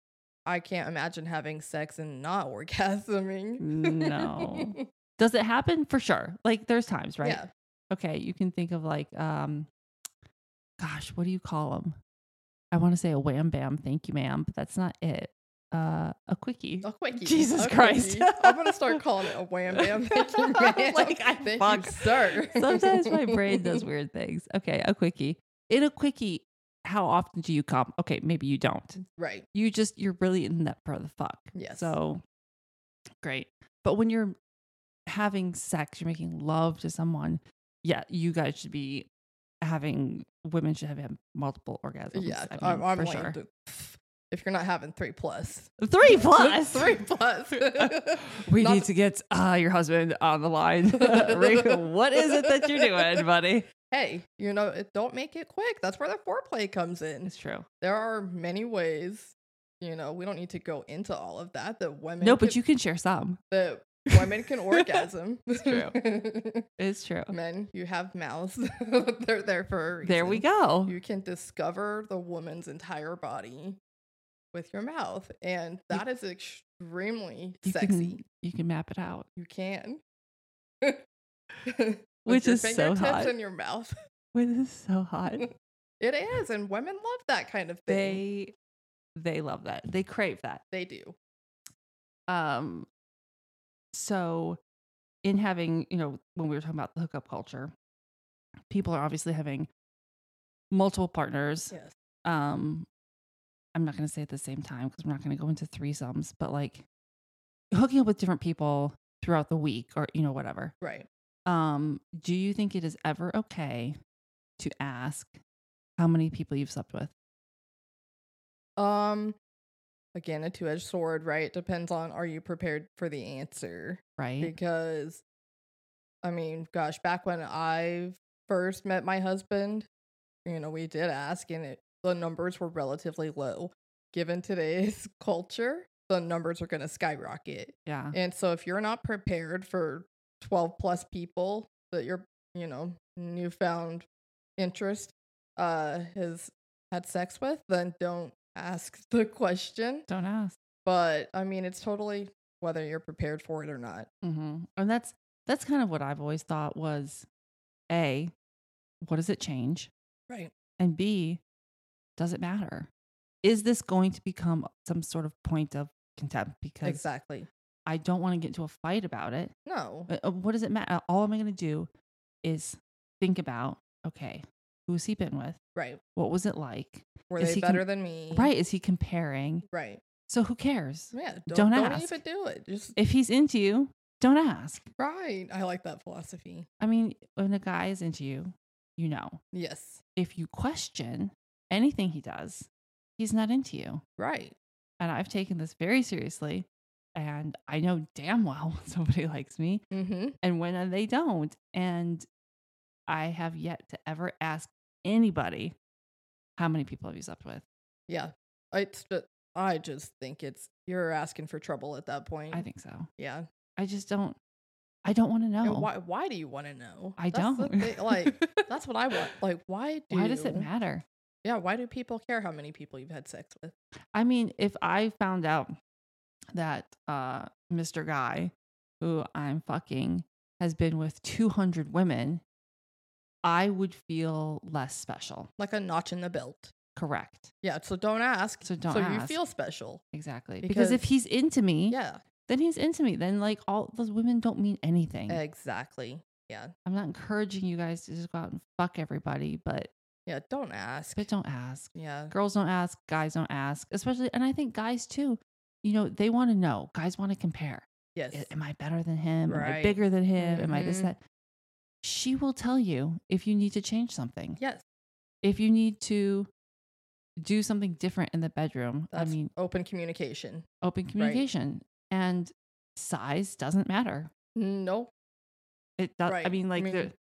Speaker 3: I can't imagine having sex and not orgasming.
Speaker 2: No. Does it happen for sure? Like there's times, right?
Speaker 3: Yeah.
Speaker 2: Okay, you can think of like um gosh, what do you call them? I want to say a wham bam, thank you ma'am, but that's not it. Uh a quickie.
Speaker 3: A quickie.
Speaker 2: Jesus
Speaker 3: a
Speaker 2: Christ.
Speaker 3: quickie. I'm gonna start calling it a wham bam. Thank you, ma'am.
Speaker 2: Like, I
Speaker 3: Thank
Speaker 2: fuck.
Speaker 3: you, sir.
Speaker 2: Sometimes my brain does weird things. Okay, a quickie. In a quickie, how often do you come? Okay, maybe you don't.
Speaker 3: Right.
Speaker 2: you just you're really in that for the fuck.
Speaker 3: Yes.
Speaker 2: So great. But when you're having sex, you're making love to someone, yeah, you guys should be having women should have had multiple orgasms.
Speaker 3: Yeah.
Speaker 2: I
Speaker 3: I'm,
Speaker 2: mean,
Speaker 3: I'm
Speaker 2: for
Speaker 3: like,
Speaker 2: sure.
Speaker 3: th- if you're not having three plus,
Speaker 2: Three plus.
Speaker 3: three plus.
Speaker 2: We
Speaker 3: Not-
Speaker 2: need to get uh, your husband on the line. Rick, what is it that you're doing, buddy?
Speaker 3: Hey, you know, it- don't make it quick. That's where the foreplay comes in.
Speaker 2: It's true.
Speaker 3: There are many ways. You know, we don't need to go into all of that. That women.
Speaker 2: No, but
Speaker 3: could-
Speaker 2: you can share some.
Speaker 3: That women can orgasm.
Speaker 2: It's
Speaker 3: true.
Speaker 2: It's true.
Speaker 3: Men, you have mouths. They're there for a reason.
Speaker 2: There we go.
Speaker 3: You can discover the woman's entire body with your mouth, and that is extremely
Speaker 2: You can-
Speaker 3: sexy.
Speaker 2: you can map it out,
Speaker 3: you can, With
Speaker 2: which
Speaker 3: your
Speaker 2: is so
Speaker 3: fingertips
Speaker 2: hot.
Speaker 3: in your mouth.
Speaker 2: Which is so hot.
Speaker 3: It is, and women love that kind of thing.
Speaker 2: they they love that they crave that
Speaker 3: They, do.
Speaker 2: um so in having you know when we were talking about the hookup culture people are obviously having multiple partners
Speaker 3: Yes.
Speaker 2: um i'm not going to say at the same time because we're not going to go into threesomes but like hooking up with different people throughout the week or you know whatever
Speaker 3: Right.
Speaker 2: um do you think it is ever okay to ask how many people you've slept with
Speaker 3: Um. Again, a two-edged sword, right? Depends on are you prepared for the answer.
Speaker 2: right
Speaker 3: because I mean, gosh, back when I first met my husband, you know, we did ask and it, the numbers were relatively low. Given today's culture, the numbers are going to skyrocket.
Speaker 2: yeah
Speaker 3: And so if you're not prepared for 12 plus people that your, you know, newfound interest uh has had sex with, then don't ask the question
Speaker 2: don't ask
Speaker 3: But I mean, it's totally whether you're prepared for it or not.
Speaker 2: hmm And that's that's kind of what I've always thought was a what does it change,
Speaker 3: Right.
Speaker 2: and b does it matter? Is this going to become some sort of point of contempt? Because
Speaker 3: Exactly.
Speaker 2: I don't want to get into a fight about it.
Speaker 3: No.
Speaker 2: Uh, uh, What does it matter? All I'm going to do is think about okay, who was he been with?
Speaker 3: Right.
Speaker 2: What was it like?
Speaker 3: Were
Speaker 2: Is
Speaker 3: they
Speaker 2: he com-
Speaker 3: better than me?
Speaker 2: Right? Is he comparing?
Speaker 3: Right.
Speaker 2: So who cares?
Speaker 3: Yeah.
Speaker 2: Don't
Speaker 3: Don't, don't,
Speaker 2: ask.
Speaker 3: even do it. Just
Speaker 2: If he's into you, don't ask.
Speaker 3: right. I like that philosophy.
Speaker 2: I mean, when a guy is into you, you know.
Speaker 3: Yes.
Speaker 2: if you question anything he does, he's not into you.
Speaker 3: Right.
Speaker 2: And I've taken this very seriously. And I know damn well when somebody likes me
Speaker 3: Mm-hmm.
Speaker 2: and when they don't. And I have yet to ever ask anybody, how many people have you slept with?
Speaker 3: Yeah. It's just, I just think it's you're asking for trouble at that point.
Speaker 2: I think so.
Speaker 3: Yeah.
Speaker 2: I just don't, I don't want to know.
Speaker 3: Mm. And why why do you want to know?
Speaker 2: I
Speaker 3: That's the
Speaker 2: don't.
Speaker 3: thing, Like that's what I want. Like why do
Speaker 2: why does it matter?
Speaker 3: Yeah, why do people care how many people you've had sex with?
Speaker 2: I mean, if I found out that uh, Mr. Guy, who I'm fucking, has been with 200 women, I would feel less special.
Speaker 3: Like a notch in the belt.
Speaker 2: Correct.
Speaker 3: Yeah, so don't ask.
Speaker 2: So don't
Speaker 3: so you
Speaker 2: ask.
Speaker 3: feel special.
Speaker 2: exactly. Because, if
Speaker 3: Because-
Speaker 2: he's into me,
Speaker 3: Yeah,
Speaker 2: then he's into me. Then, like, all those women don't mean anything.
Speaker 3: exactly. Yeah.
Speaker 2: I'm not encouraging you guys to just go out and fuck everybody, but,
Speaker 3: Yeah, don't ask.
Speaker 2: but don't ask.
Speaker 3: Yeah.
Speaker 2: Girls don't ask. Guys don't ask. Especially, and I think guys too, you know, they want to know. Guys want to compare.
Speaker 3: Yes.
Speaker 2: "I- am I better than him? Am I
Speaker 3: Right.
Speaker 2: bigger than him? Am I this,
Speaker 3: Mhm.
Speaker 2: that? She will tell you if you need to change something,
Speaker 3: yes.
Speaker 2: if you need to do something different in the bedroom.
Speaker 3: That's
Speaker 2: I mean,
Speaker 3: open communication.
Speaker 2: open communication and size doesn't matter.
Speaker 3: Nope.
Speaker 2: It does. I
Speaker 3: Right.
Speaker 2: mean,
Speaker 3: I
Speaker 2: like,
Speaker 3: mean-
Speaker 2: there-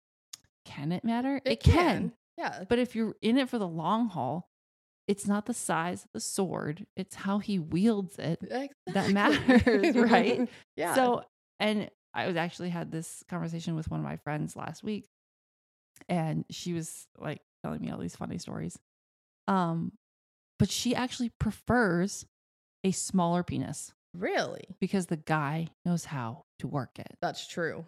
Speaker 2: can it matter? It, can.
Speaker 3: Yeah.
Speaker 2: But if you're in it for the long haul, it's not the size of the sword, it's how he wields it.
Speaker 3: Exactly.
Speaker 2: matters, right?
Speaker 3: yeah.
Speaker 2: So, and I was actually had this conversation with one of my friends last week, and she was like telling me all these funny stories. Um, but she actually prefers a smaller penis
Speaker 3: really,
Speaker 2: because the guy knows how to work it.
Speaker 3: that's true.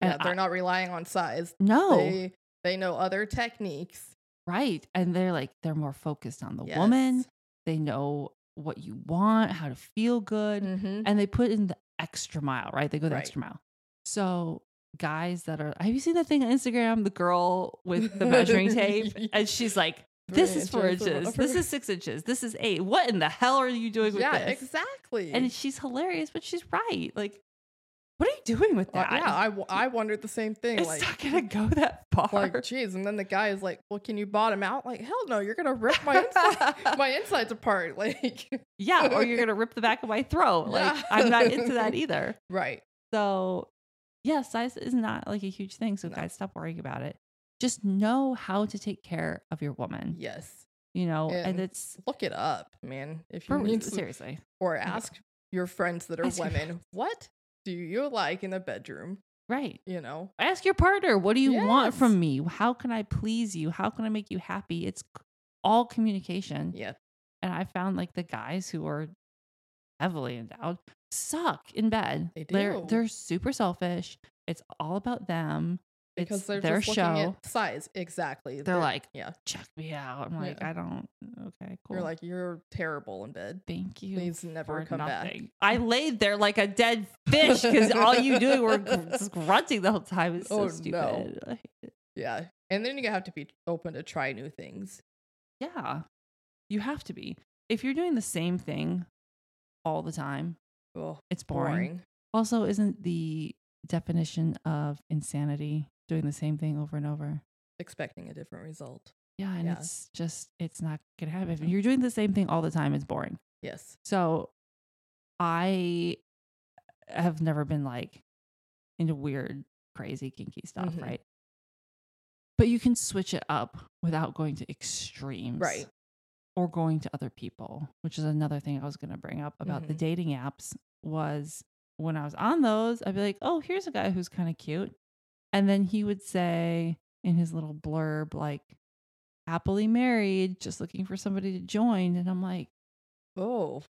Speaker 2: And
Speaker 3: Yeah, they're
Speaker 2: I- Oh.
Speaker 3: not relying on size.
Speaker 2: No,
Speaker 3: They they know other techniques.
Speaker 2: right. And they're like, they're more focused on the
Speaker 3: Yes.
Speaker 2: woman. They know what you want, how to feel good.
Speaker 3: Mhm.
Speaker 2: and they put in the extra mile, right? They go the
Speaker 3: Right.
Speaker 2: extra mile. So guys that are have you seen that thing on Instagram, the girl with the measuring tape? And she's like,
Speaker 3: Three
Speaker 2: This is four
Speaker 3: inches or
Speaker 2: inches, this
Speaker 3: whatever.
Speaker 2: is six inches, this is eight. What in the hell are you doing with
Speaker 3: yeah,
Speaker 2: this?
Speaker 3: exactly.
Speaker 2: And she's hilarious, but she's right. Like, what are you doing with
Speaker 3: Uh,
Speaker 2: that?
Speaker 3: yeah, I, w- I wondered the same thing.
Speaker 2: it's
Speaker 3: like,
Speaker 2: not gonna go that far.
Speaker 3: like, geez. And then the guy is like, "Well, can you bottom out?" Like, hell no, you're gonna rip my inside, my insides apart. Like,
Speaker 2: yeah, or you're gonna rip the back of my throat. Like,
Speaker 3: Yeah.
Speaker 2: I'm not into that either.
Speaker 3: right?
Speaker 2: So, yeah, size is not like a huge thing. So,
Speaker 3: No.
Speaker 2: guys, stop worrying about it. Just know how to take care of your woman,
Speaker 3: Yes.
Speaker 2: you know, and,
Speaker 3: And
Speaker 2: it's
Speaker 3: Look it up, man. If
Speaker 2: for,
Speaker 3: you need some,
Speaker 2: seriously.
Speaker 3: or ask your friends that are
Speaker 2: Ask your
Speaker 3: women, what do you like in the bedroom?
Speaker 2: Right.
Speaker 3: You know,
Speaker 2: Ask your partner, what do you want
Speaker 3: Yes.
Speaker 2: from me? How can I please you? How can I make you happy? It's c- all communication.
Speaker 3: yeah,
Speaker 2: And I found like the guys who are heavily endowed suck in bed.
Speaker 3: They
Speaker 2: They're,
Speaker 3: do.
Speaker 2: they're super selfish. It's all about them.
Speaker 3: because
Speaker 2: it's
Speaker 3: they're
Speaker 2: their
Speaker 3: just
Speaker 2: show.
Speaker 3: looking at size. Exactly.
Speaker 2: they're like,
Speaker 3: yeah.
Speaker 2: check me out. I'm like,
Speaker 3: Yeah.
Speaker 2: I don't. Okay, cool.
Speaker 3: You're like, you're terrible in bed.
Speaker 2: thank you.
Speaker 3: Please never
Speaker 2: for
Speaker 3: come
Speaker 2: nothing." I laid there like a dead fish because all you doing were gr- just grunting the whole time. It's so
Speaker 3: Oh, no.
Speaker 2: stupid. I hate it.
Speaker 3: back. Yeah. And then you have to be open to try new things.
Speaker 2: Yeah, you have to be. If you're doing the same thing all the time,
Speaker 3: Oh,
Speaker 2: it's boring.
Speaker 3: boring.
Speaker 2: Also, isn't the definition of insanity doing the same thing over and over?
Speaker 3: Expecting a different result.
Speaker 2: Yeah, and
Speaker 3: Yeah. Mm.
Speaker 2: it's just it's not gonna happen. If you're doing the same thing all the time, it's boring.
Speaker 3: Yes.
Speaker 2: So I have never been like into weird, crazy, kinky stuff,
Speaker 3: Mhm.
Speaker 2: right? But you can switch it up without going to extremes.
Speaker 3: Right.
Speaker 2: Or going to other people, which is another thing I was going to bring up about the
Speaker 3: Mhm.
Speaker 2: dating apps was when I was on those, I'd be like, oh, here's a guy who's kind of cute. And then he would say in his little blurb, like, happily married, just looking for somebody to join. And I'm like,
Speaker 3: Oh,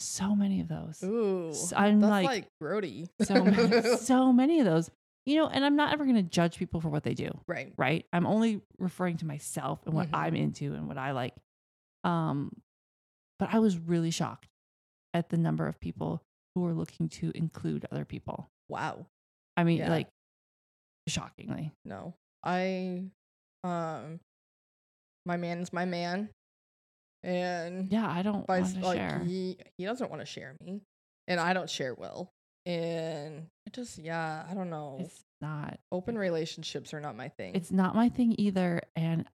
Speaker 2: So many of those.
Speaker 3: Ooh.
Speaker 2: S- I'm
Speaker 3: that's
Speaker 2: like,
Speaker 3: like, grody.
Speaker 2: so many, so many of those. You know, and I'm not ever going to judge people for what they do,
Speaker 3: right.
Speaker 2: right? I'm only referring to myself and what
Speaker 3: Mhm.
Speaker 2: I'm into and what I like. Um, but I was really shocked at the number of people who are looking to include other people.
Speaker 3: Wow.
Speaker 2: I mean,
Speaker 3: Yeah.
Speaker 2: like, shockingly.
Speaker 3: No. I um my man's my man. And
Speaker 2: Yeah, I don't
Speaker 3: by
Speaker 2: want
Speaker 3: s-
Speaker 2: to
Speaker 3: like
Speaker 2: share.
Speaker 3: he he doesn't want to share me and I don't share Will. And it just yeah, I don't know.
Speaker 2: It's not.
Speaker 3: Open relationships are not my thing.
Speaker 2: It's not my thing either. And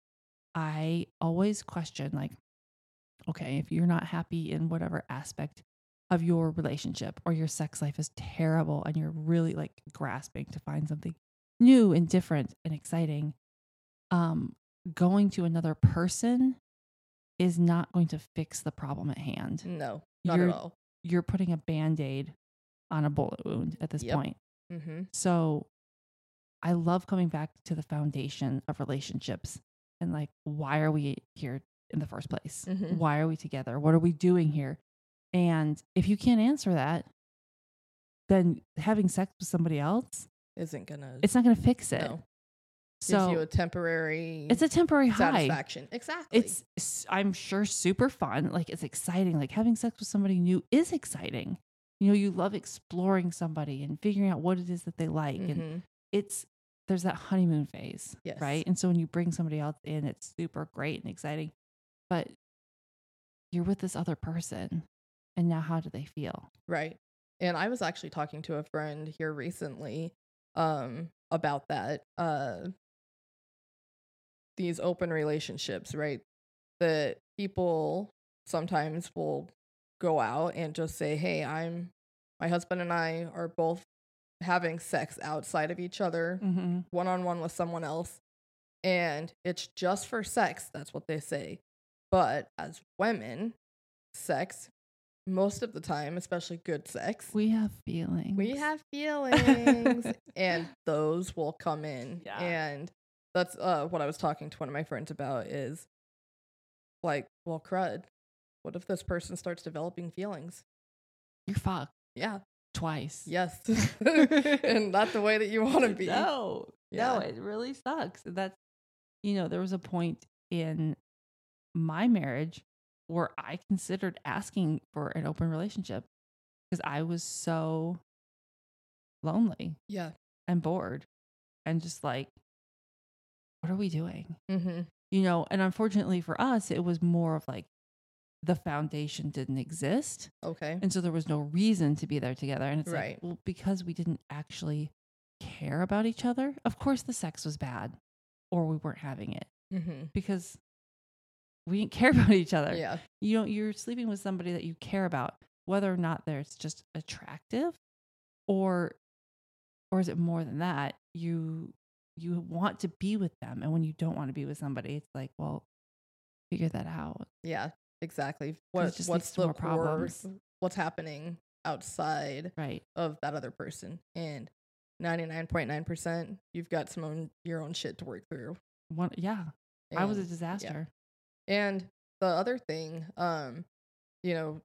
Speaker 2: I always question, like, okay, if you're not happy in whatever aspect of your relationship or your sex life is terrible and you're really like grasping to find something new and different and exciting, um, going to another person is not going to fix the problem at hand
Speaker 3: no, not
Speaker 2: You're-
Speaker 3: at all.
Speaker 2: you're putting a band-aid on a bullet wound at this
Speaker 3: Yep.
Speaker 2: point
Speaker 3: Mm-hmm.
Speaker 2: so i love coming back to the foundation of relationships and like why are we here in the first place
Speaker 3: Mhm.
Speaker 2: why are we together what are we doing here and if you can't answer that then having sex with somebody else
Speaker 3: Isn't gonna
Speaker 2: it's not going to fix it
Speaker 3: no. gives you
Speaker 2: so
Speaker 3: a temporary
Speaker 2: it's a temporary high
Speaker 3: satisfaction. Exactly.
Speaker 2: it's s- i'm sure super fun like it's exciting like having sex with somebody new is exciting you know you love exploring somebody and figuring out what it is that they like and
Speaker 3: Mhm.
Speaker 2: it's there's that honeymoon phase
Speaker 3: Yes.
Speaker 2: right and so when you bring somebody else in it's super great and exciting but you're with this other person and now how do they feel
Speaker 3: Right. And I was actually talking to a friend here recently um about that uh these open relationships, right? That people sometimes will go out and just say, "Hey, I'm my husband and I are both having sex outside of each other,
Speaker 2: mm-hmm.
Speaker 3: one-on-one with someone else." And it's just for sex, that's what they say. But as women, sex most of the time, especially good sex,
Speaker 2: we have feelings
Speaker 3: we have feelings and those will come in
Speaker 2: Yeah.
Speaker 3: and that's uh, what i was talking to one of my friends about is like well crud what if this person starts developing feelings
Speaker 2: you're fucked
Speaker 3: yeah
Speaker 2: twice
Speaker 3: yes and not the way that you want to be
Speaker 2: No, no,
Speaker 3: Yeah.
Speaker 2: it really sucks. That's you know, there was a point in my marriage where I considered asking for an open relationship because I was so lonely
Speaker 3: yeah
Speaker 2: and bored and just like, what are we doing?
Speaker 3: mm-hmm.
Speaker 2: You know, and unfortunately for us, it was more of like the foundation didn't exist.
Speaker 3: okay
Speaker 2: And so there was no reason to be there together. And it's
Speaker 3: Right.
Speaker 2: like, well, because we didn't actually care about each other, of course the sex was bad or we weren't having it
Speaker 3: mm-hmm.
Speaker 2: because we didn't care about each other.
Speaker 3: yeah
Speaker 2: You don't, you're sleeping with somebody that you care about, whether or not they're it's just attractive or, or is it more than that? You, you want to be with them. And when you don't want to be with somebody, it's like, well, figure that out.
Speaker 3: yeah exactly
Speaker 2: it
Speaker 3: what,
Speaker 2: just
Speaker 3: what's
Speaker 2: leads to
Speaker 3: the
Speaker 2: more problems.
Speaker 3: core- what's happening outside
Speaker 2: Right.
Speaker 3: of that other person and 99.9% you've got some own your own shit to work through
Speaker 2: One, yeah. I was a
Speaker 3: And-
Speaker 2: disaster.
Speaker 3: and the other thing um you know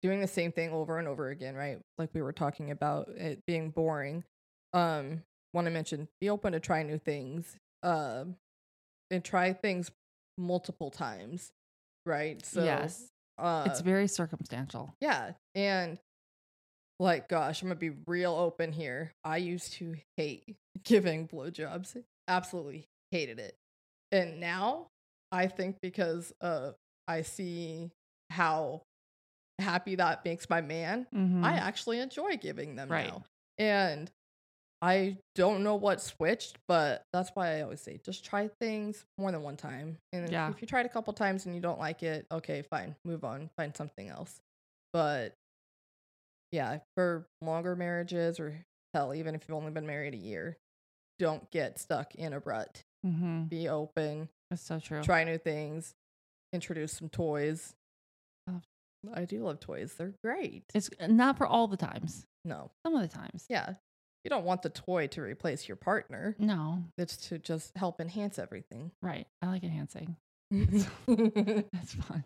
Speaker 3: doing the same thing over and over again right like we were talking about it being boring um want to mention be open to try new things um and try things multiple times right so
Speaker 2: yes.
Speaker 3: uh,
Speaker 2: it's very circumstantial.
Speaker 3: Yeah. And like, gosh, I'm going to be real open here. I used to hate giving blowjobs, absolutely hated it. And now I think because uh, I see how happy that makes my man,
Speaker 2: Mm-hmm,
Speaker 3: I actually enjoy giving them
Speaker 2: Right.
Speaker 3: now. And I don't know what switched, but that's why I always say just try things more than one time. And
Speaker 2: Yeah.
Speaker 3: if you try it a couple times and you don't like it, okay, fine, move on, find something else. But yeah, for longer marriages or hell, even if you've only been married a year, don't get stuck in a rut.
Speaker 2: mm-hmm.
Speaker 3: Be open,
Speaker 2: That's so true.
Speaker 3: try new things, introduce some toys.
Speaker 2: Oh.
Speaker 3: I do love toys. They're great.
Speaker 2: It's uh, not for all the times.
Speaker 3: No.
Speaker 2: Some of the times.
Speaker 3: Yeah. You don't want the toy to replace your partner.
Speaker 2: No.
Speaker 3: It's to just help enhance everything.
Speaker 2: Mm-hmm. Right. I like enhancing.
Speaker 3: yeah.
Speaker 2: That's fun.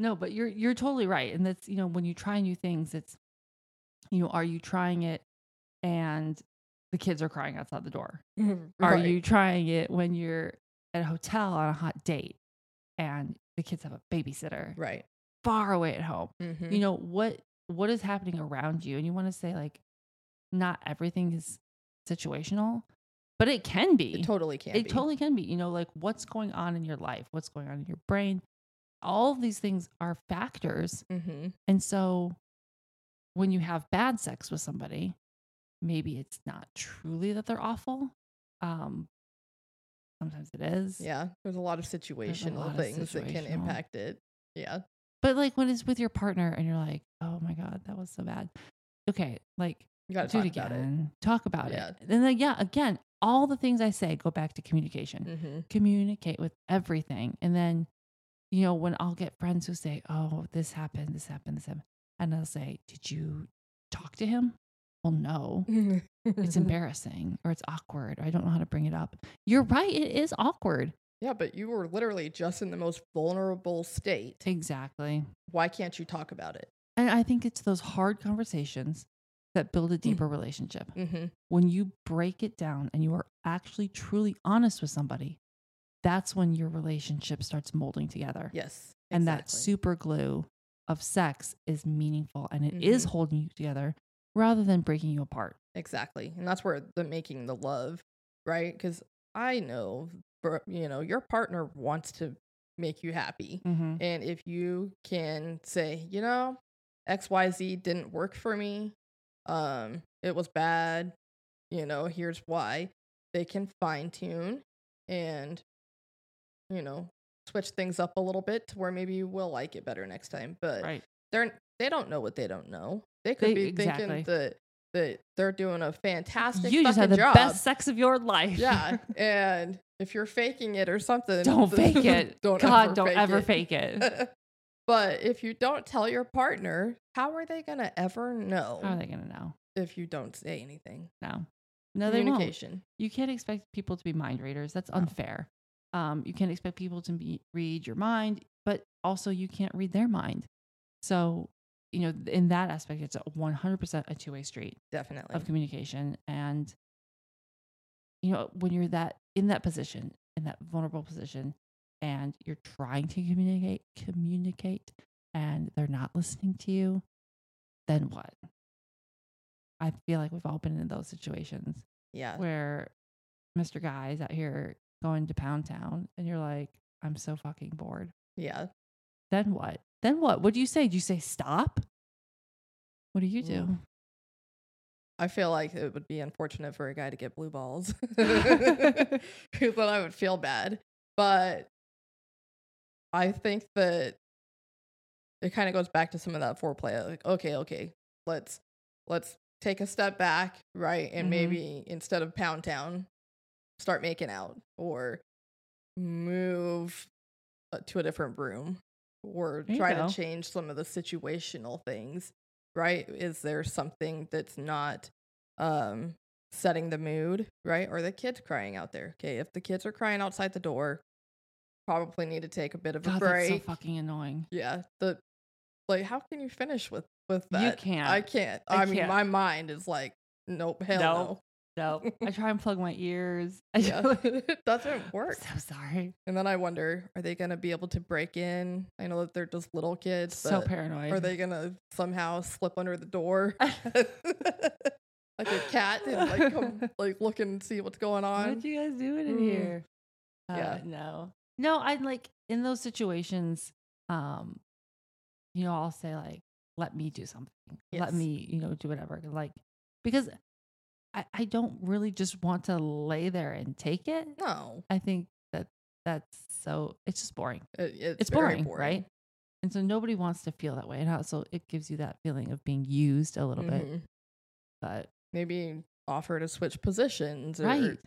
Speaker 2: No, but you're you're totally right. And that's, you know, when you try new things, it's you know, are you trying it and the kids are crying outside the door? Are you trying it when you're at a hotel on a hot date and the kids have a babysitter
Speaker 3: right?
Speaker 2: far away at home?
Speaker 3: Mm-hmm.
Speaker 2: You know, what what is happening around you? And you want to say like not everything is situational, but it can be
Speaker 3: It totally can.
Speaker 2: it
Speaker 3: be.
Speaker 2: totally can be you know like what's going on in your life what's going on in your brain all of these things are factors
Speaker 3: Mhm.
Speaker 2: and so when you have bad sex with somebody maybe it's not truly that they're awful um sometimes it is
Speaker 3: Yeah, there's a lot of situational
Speaker 2: lot of
Speaker 3: things that can
Speaker 2: situational.
Speaker 3: impact it. Yeah,
Speaker 2: but like when it's with your partner and you're like oh my god that was so bad okay like
Speaker 3: you got
Speaker 2: do
Speaker 3: to
Speaker 2: it
Speaker 3: talk about it.
Speaker 2: again talk about
Speaker 3: Yeah.
Speaker 2: it and then yeah again all the things i say go back to communication
Speaker 3: Mm-hmm.
Speaker 2: communicate with everything. And then, you know, when I'll get friends who say, Oh, this happened, this happened, this happened. And I'll say, Did you talk to him? Well, no.
Speaker 3: Mm-hmm.
Speaker 2: It's embarrassing or it's awkward or I don't know how to bring it up. You're right. It is awkward.
Speaker 3: yeah, but you were literally just in the most vulnerable state.
Speaker 2: Exactly.
Speaker 3: Why can't you talk about it?
Speaker 2: And I think it's those hard conversations that build a deeper relationship.
Speaker 3: Mm-hmm.
Speaker 2: When you break it down and you are actually truly honest with somebody, that's when your relationship starts molding together.
Speaker 3: Yes,
Speaker 2: and that
Speaker 3: exactly.
Speaker 2: super glue of sex is meaningful and it is
Speaker 3: Mm-hmm.
Speaker 2: holding you together rather than breaking you apart.
Speaker 3: Exactly. And that's where the making the love, right? Because I know, for- you know, your partner wants to make you happy.
Speaker 2: Mm-hmm.
Speaker 3: And if you can say, you know, XYZ didn't work for me, um, it was bad, you know, here's why, they can fine tune and, you know, switch things up a little bit to where maybe you will like it better next time. But
Speaker 2: Right.
Speaker 3: they're they don't know what they don't know. They could
Speaker 2: They-
Speaker 3: be
Speaker 2: exactly.
Speaker 3: thinking that that they're doing a fantastic
Speaker 2: You just had
Speaker 3: fucking
Speaker 2: the
Speaker 3: job.
Speaker 2: best sex of your life.
Speaker 3: yeah, and if you're faking it or something,
Speaker 2: don't
Speaker 3: th-
Speaker 2: fake it.
Speaker 3: don't
Speaker 2: God,
Speaker 3: ever
Speaker 2: don't
Speaker 3: fake
Speaker 2: ever
Speaker 3: it.
Speaker 2: fake it.
Speaker 3: but if you don't tell your partner, how are they gonna ever know
Speaker 2: How are they going to know?
Speaker 3: if you don't say anything?
Speaker 2: No. No, they won't.
Speaker 3: Communication.
Speaker 2: You can't expect people to be mind readers. That's unfair. Um, you can't expect people to be, read your mind, but also you can't read their mind. So, you know, in that aspect, it's a 100% a two way street.
Speaker 3: Definitely.
Speaker 2: of communication and you know when you're that in that position in that vulnerable position and you're trying to communicate communicate and they're not listening to you then what i feel like we've all been in those situations
Speaker 3: yeah.
Speaker 2: where mr guy's out here going to pound town and you're like i'm so fucking bored
Speaker 3: Yeah.
Speaker 2: then what then what what do you say do you say stop what do you do
Speaker 3: Ooh. I feel like it would be unfortunate for a guy to get blue balls. Because then I would feel bad. But I think that it kind of goes back to some of that foreplay. Like, okay, okay, let's let's take a step back, right? And
Speaker 2: Mhm.
Speaker 3: maybe instead of pound town, start making out or move uh, to a different room or
Speaker 2: There you
Speaker 3: try
Speaker 2: go.
Speaker 3: to change some of the situational things right is there something that's not um setting the mood right or the kids crying out there okay if the kids are crying outside the door probably need to take a bit of a
Speaker 2: god that's
Speaker 3: break
Speaker 2: so fucking annoying
Speaker 3: yeah the like how can you finish with with that
Speaker 2: can't.
Speaker 3: i can't
Speaker 2: I
Speaker 3: i, mean
Speaker 2: can't.
Speaker 3: my mind is like nope hell
Speaker 2: Nope. No, I try and plug my ears. I
Speaker 3: no yeah it doesn't
Speaker 2: am
Speaker 3: work
Speaker 2: so sorry.
Speaker 3: and then i wonder are they going to be able to break in i know that they're just little kids
Speaker 2: so
Speaker 3: but
Speaker 2: paranoid.
Speaker 3: Are they gonna somehow slip under the door like a cat and like come like look and see what's going
Speaker 2: What
Speaker 3: on?
Speaker 2: you guys doing in
Speaker 3: Mm.
Speaker 2: here?
Speaker 3: Yeah.
Speaker 2: Uh, no. No, I'm like in those situations. Um, you know, I'll say like, "Let me do something. Let
Speaker 3: Yes.
Speaker 2: me, you know, do whatever." Like, because I I don't really just want to lay there and take it.
Speaker 3: No,
Speaker 2: I think that that's so it's just boring.
Speaker 3: it, it's,
Speaker 2: it's
Speaker 3: very
Speaker 2: boring, right? And so nobody wants to feel that way. And also it gives you that feeling of being used a little bit.
Speaker 3: Mhm.
Speaker 2: But
Speaker 3: Maybe offer to switch positions or
Speaker 2: right.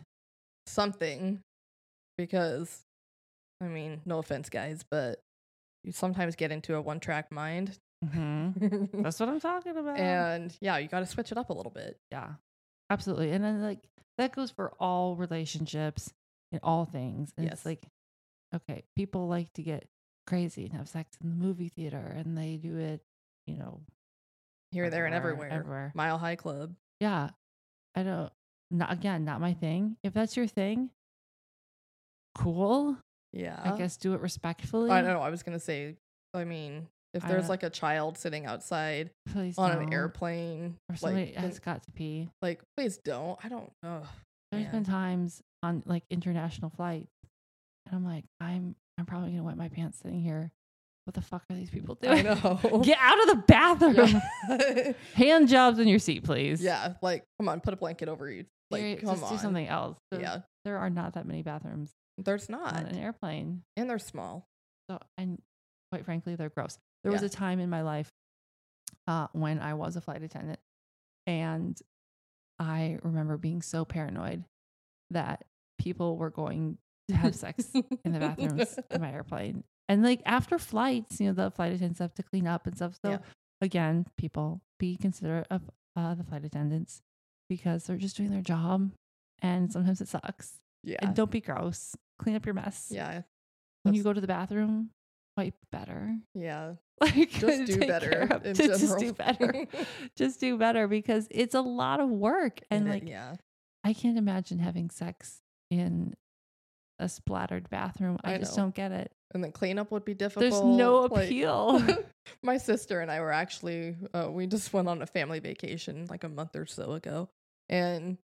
Speaker 3: something, because I mean, no offense, guys, but you sometimes get into a one-track mind,
Speaker 2: hmm That's what I'm talking about.
Speaker 3: and yeah, you got to switch it up a little bit.
Speaker 2: yeah. Absolutely. And then like that goes for all relationships and all things. And it's
Speaker 3: Yes.
Speaker 2: like, okay, people like to get crazy and have sex in the movie theater and they do it, you know,
Speaker 3: Here, there, and everywhere.
Speaker 2: Everywhere.
Speaker 3: Mile High Club.
Speaker 2: Yeah. I don't not again, not my thing. If that's your thing, cool.
Speaker 3: Yeah.
Speaker 2: I guess do it respectfully.
Speaker 3: I don't know. I was gonna say. I mean, if
Speaker 2: I
Speaker 3: there's
Speaker 2: don't-
Speaker 3: like a child sitting outside
Speaker 2: Please
Speaker 3: on
Speaker 2: don't.
Speaker 3: an airplane,
Speaker 2: Or somebody
Speaker 3: like,
Speaker 2: has
Speaker 3: then-
Speaker 2: got to pee.
Speaker 3: like please don't. I don't. Ugh.
Speaker 2: There's
Speaker 3: Man.
Speaker 2: been times on like international flights, and I'm like, I'm I'm probably gonna wet my pants sitting here. What the fuck are these people doing?
Speaker 3: I know.
Speaker 2: Get out of the bathroom.
Speaker 3: Yeah.
Speaker 2: Hand jobs in your seat, please.
Speaker 3: Yeah, Like, come on, put a blanket over you. Like,
Speaker 2: Seri-
Speaker 3: come
Speaker 2: just
Speaker 3: on.
Speaker 2: do something else. There,
Speaker 3: Yeah.
Speaker 2: there are not that many bathrooms
Speaker 3: There's
Speaker 2: on
Speaker 3: not,
Speaker 2: an airplane.
Speaker 3: and they're small.
Speaker 2: So, and quite frankly, they're gross. There was
Speaker 3: Yeah.
Speaker 2: a time in my life uh, when I was a flight attendant, and I remember being so paranoid that people were going to have sex in the bathrooms in my airplane. And like after flights, you know, the flight attendants have to clean up and stuff. So
Speaker 3: Yeah.
Speaker 2: again, people be considerate of uh, the flight attendants because they're just doing their job, and sometimes it sucks.
Speaker 3: yeah.
Speaker 2: And don't be gross. Clean up your mess.
Speaker 3: Yeah.
Speaker 2: When you
Speaker 3: that's-
Speaker 2: go to the bathroom, wipe better.
Speaker 3: Yeah.
Speaker 2: Like
Speaker 3: Just do
Speaker 2: take
Speaker 3: better
Speaker 2: care of-
Speaker 3: in
Speaker 2: just, just
Speaker 3: general.
Speaker 2: do better. just do better because it's a lot of work, and
Speaker 3: It-
Speaker 2: like
Speaker 3: yeah.
Speaker 2: I can't imagine having sex in a splattered bathroom. I,
Speaker 3: I
Speaker 2: just
Speaker 3: know.
Speaker 2: don't get it.
Speaker 3: And the cleanup would be difficult.
Speaker 2: There's no
Speaker 3: like-
Speaker 2: appeal.
Speaker 3: My sister and I were actually uh, we just went on a family vacation like a month or so ago, and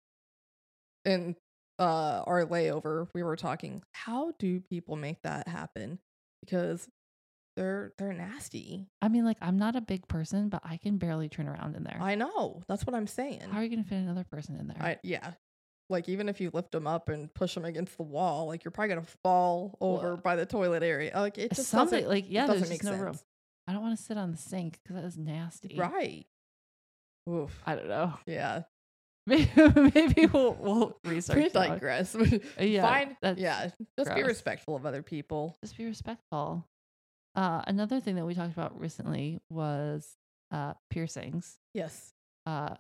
Speaker 3: and uh, our layover we were talking how do people make that happen because they're they're nasty.
Speaker 2: I mean, like I'm not a big person, but I can barely turn around in there.
Speaker 3: I know that's what I'm saying.
Speaker 2: How are you gonna fit another person in there?
Speaker 3: I yeah. Like even if you lift them up and push them against the wall, like you're probably gonna fall over
Speaker 2: Well,
Speaker 3: by the toilet area. Like it just
Speaker 2: Somebody
Speaker 3: doesn't,
Speaker 2: like yeah,
Speaker 3: it
Speaker 2: there's
Speaker 3: doesn't
Speaker 2: just
Speaker 3: make
Speaker 2: no
Speaker 3: sense.
Speaker 2: room. I don't want to sit on the sink because that is nasty.
Speaker 3: Right. Oof.
Speaker 2: I don't know.
Speaker 3: yeah.
Speaker 2: Maybe, maybe we'll we'll research.
Speaker 3: We
Speaker 2: that one.
Speaker 3: digress.
Speaker 2: Uh, Yeah,
Speaker 3: Fine.
Speaker 2: that's
Speaker 3: Yeah. Just be
Speaker 2: gross.
Speaker 3: respectful of other people.
Speaker 2: just be respectful. Uh, another thing that we talked about recently was uh, piercings,
Speaker 3: Yes.
Speaker 2: uh,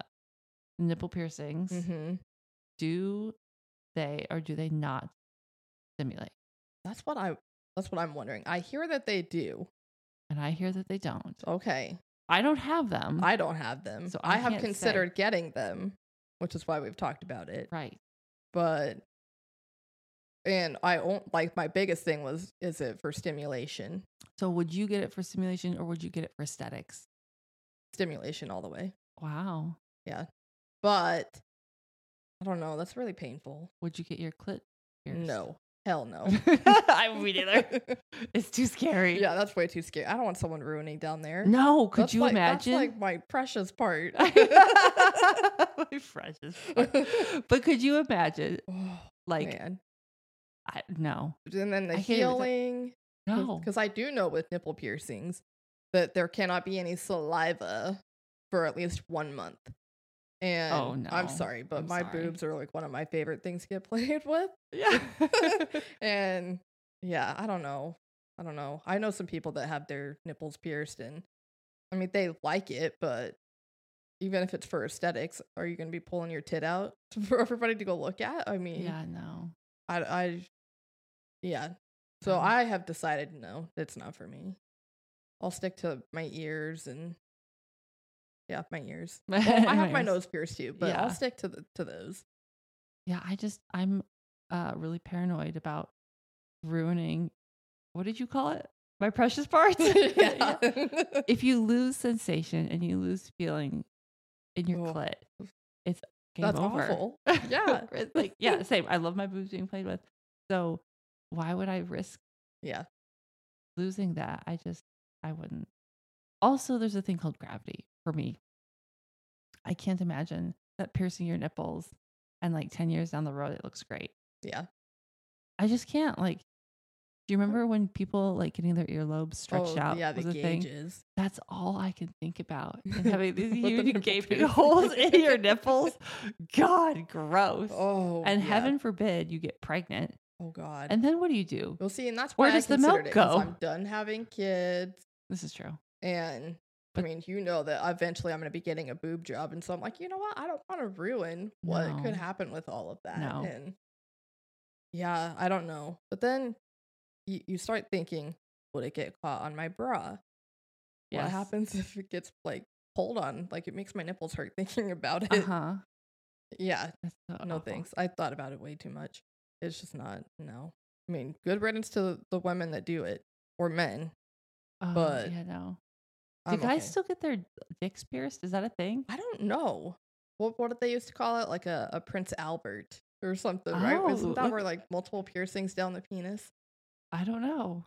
Speaker 2: nipple piercings.
Speaker 3: hmm
Speaker 2: Do they or do they not stimulate?
Speaker 3: That's what I. That's what I'm wondering. I hear that they do.
Speaker 2: And I hear that they don't.
Speaker 3: Okay.
Speaker 2: I don't have them.
Speaker 3: I don't have them.
Speaker 2: Mm-hmm. So
Speaker 3: So
Speaker 2: I
Speaker 3: I, have
Speaker 2: can't say.
Speaker 3: considered getting them, which is why we've talked about it.
Speaker 2: right.
Speaker 3: But and I won't like my biggest thing was is it for stimulation?
Speaker 2: So would you get it for stimulation or would you get it for aesthetics?
Speaker 3: Stimulation all the way.
Speaker 2: Wow.
Speaker 3: But I don't know. That's really painful.
Speaker 2: Would you get your clit? pierced?
Speaker 3: No. Hell no.
Speaker 2: I wouldn't either. It's too scary.
Speaker 3: Yeah, that's way too scary. I don't want someone ruining down there.
Speaker 2: No, could
Speaker 3: That's
Speaker 2: you
Speaker 3: like-
Speaker 2: imagine?
Speaker 3: That's like my precious part.
Speaker 2: my fresh as fuck. But could you imagine?
Speaker 3: Oh,
Speaker 2: Like,
Speaker 3: man.
Speaker 2: I, no,
Speaker 3: And then the
Speaker 2: I can't even think-
Speaker 3: healing.
Speaker 2: no.
Speaker 3: Because I do know with nipple piercings that there cannot be any saliva for at least one month. And
Speaker 2: Oh,
Speaker 3: I'm
Speaker 2: no.
Speaker 3: sorry, but
Speaker 2: I'm
Speaker 3: my
Speaker 2: sorry.
Speaker 3: boobs are like one of my favorite things to get played with.
Speaker 2: Yeah.
Speaker 3: and yeah, I don't know. I don't know. I know some people that have their nipples pierced, and I mean, they like it, but even if it's for aesthetics, are you going to be pulling your tit out for everybody to go look at? I mean,
Speaker 2: yeah, no.
Speaker 3: I, I, yeah. So
Speaker 2: Um,
Speaker 3: I have decided no, it's not for me. I'll stick to my ears and yeah, my ears. Well, I have my
Speaker 2: Anyways.
Speaker 3: nose pierced too, but
Speaker 2: Yeah.
Speaker 3: I'll stick to the, to those.
Speaker 2: Yeah, I just, I'm uh, really paranoid about ruining, what did you call it? My precious parts? Yeah.
Speaker 3: Yeah.
Speaker 2: If you lose sensation and you lose feeling in your
Speaker 3: Oh.
Speaker 2: clit, it's game
Speaker 3: That's
Speaker 2: over.
Speaker 3: awful. Yeah.
Speaker 2: It's like, yeah, same. I love my boobs being played with. So why would I risk
Speaker 3: Yeah.
Speaker 2: losing that? I just, I wouldn't. Also, there's a thing called gravity for me. I can't imagine that piercing your nipples and like 10 years down the road, it looks great.
Speaker 3: Yeah.
Speaker 2: I just can't. Like, do you remember when people like getting their earlobes stretched
Speaker 3: oh,
Speaker 2: out?
Speaker 3: Yeah, the
Speaker 2: was a thing?
Speaker 3: gauges.
Speaker 2: That's all I can think about. And having these
Speaker 3: With the
Speaker 2: huge
Speaker 3: nipple
Speaker 2: gaping
Speaker 3: piercing.
Speaker 2: holes in your nipples. God, gross.
Speaker 3: Oh,
Speaker 2: and
Speaker 3: yeah.
Speaker 2: heaven forbid you get pregnant.
Speaker 3: Oh God.
Speaker 2: And then what do you do?
Speaker 3: well, see, and that's
Speaker 2: where
Speaker 3: why
Speaker 2: does
Speaker 3: I
Speaker 2: the milk
Speaker 3: considered it, 'cause
Speaker 2: go?
Speaker 3: I'm done having kids,
Speaker 2: This is true.
Speaker 3: and I
Speaker 2: But-
Speaker 3: mean, you know that eventually I'm going to be getting a boob job, and so I'm like, you know what? I don't want to ruin what
Speaker 2: No.
Speaker 3: could happen with all of that.
Speaker 2: No.
Speaker 3: And yeah, I don't know. But then you, you start thinking, Would it get caught on my bra? What
Speaker 2: Yes.
Speaker 3: happens if it gets like pulled on? Like it makes my nipples hurt thinking about it.
Speaker 2: Uh huh.
Speaker 3: Yeah,
Speaker 2: That's so
Speaker 3: no
Speaker 2: awful.
Speaker 3: thanks. I thought about it way too much. It's just not no. I mean, good riddance to the women that do it or men.
Speaker 2: Oh,
Speaker 3: but
Speaker 2: yeah, no. Do
Speaker 3: I'm
Speaker 2: guys
Speaker 3: okay.
Speaker 2: still get their dicks pierced? Is that a thing?
Speaker 3: I don't know. What what did they used to call it? Like a, a Prince Albert or something, right?
Speaker 2: Oh,
Speaker 3: Wasn't that
Speaker 2: look-
Speaker 3: where like multiple piercings down the penis?
Speaker 2: I don't know.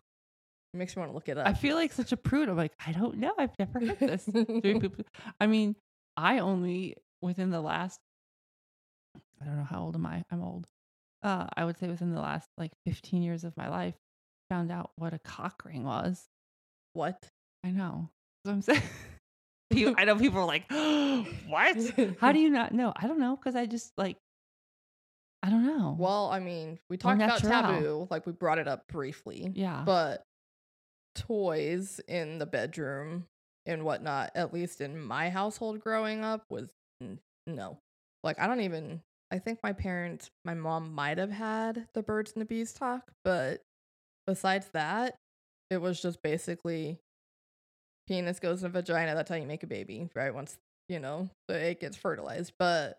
Speaker 3: It makes me want to look it up.
Speaker 2: I feel like such a prude. I'm like, I don't know. I've never heard this. Doing poop- I mean, I only within the last I don't know how old am I? I'm old. Uh, I would say within the last like 15 years of my life, found out what a cock ring was.
Speaker 3: what?
Speaker 2: I know. That's what I'm saying. People- I know people are like, what? How do you not know? I don't know because I just like, I don't know.
Speaker 3: Well, I mean, we
Speaker 2: Au
Speaker 3: talked about
Speaker 2: naturel.
Speaker 3: taboo, like we brought it up briefly.
Speaker 2: yeah,
Speaker 3: But toys in the bedroom and whatnot, at least in my household growing up, was n- no. Like I don't even I think my parents my mom might have had the birds and the bees talk, but besides that, it was just basically penis goes in vagina, that's how you make a baby, right? Once you know, the egg gets fertilized. But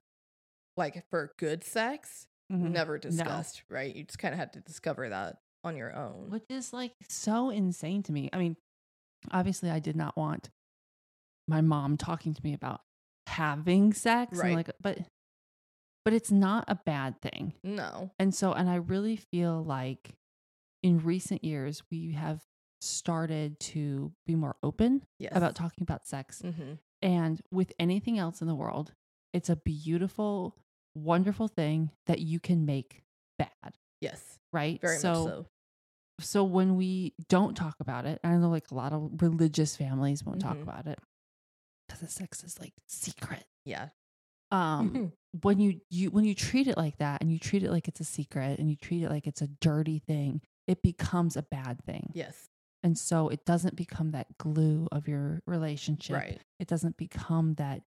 Speaker 3: like for good sex,
Speaker 2: Mhm.
Speaker 3: never discussed, right? You just kind of had to discover that on your own.
Speaker 2: which is like so insane to me. I mean, obviously, I did not want my mom talking to me about having sex, and
Speaker 3: Right.
Speaker 2: like, but but it's not a bad thing.
Speaker 3: No.
Speaker 2: And so, and I really feel like in recent years we have started to be more open
Speaker 3: Yes.
Speaker 2: about talking about sex,
Speaker 3: Mm-hmm.
Speaker 2: and with anything else in the world, it's a beautiful, wonderful thing that you can make bad,
Speaker 3: Yes.
Speaker 2: right?
Speaker 3: Very much so.
Speaker 2: so when we don't talk about it, I know like a lot of religious families won't talk
Speaker 3: Mhm.
Speaker 2: about it because the sex is like secret.
Speaker 3: Yeah. Mm-hmm.
Speaker 2: Um, when you you when you treat it like that and you treat it like it's a secret and you treat it like it's a dirty thing, it becomes a bad thing,
Speaker 3: yes.
Speaker 2: and so it doesn't become that glue of your relationship.
Speaker 3: Right.
Speaker 2: It doesn't become that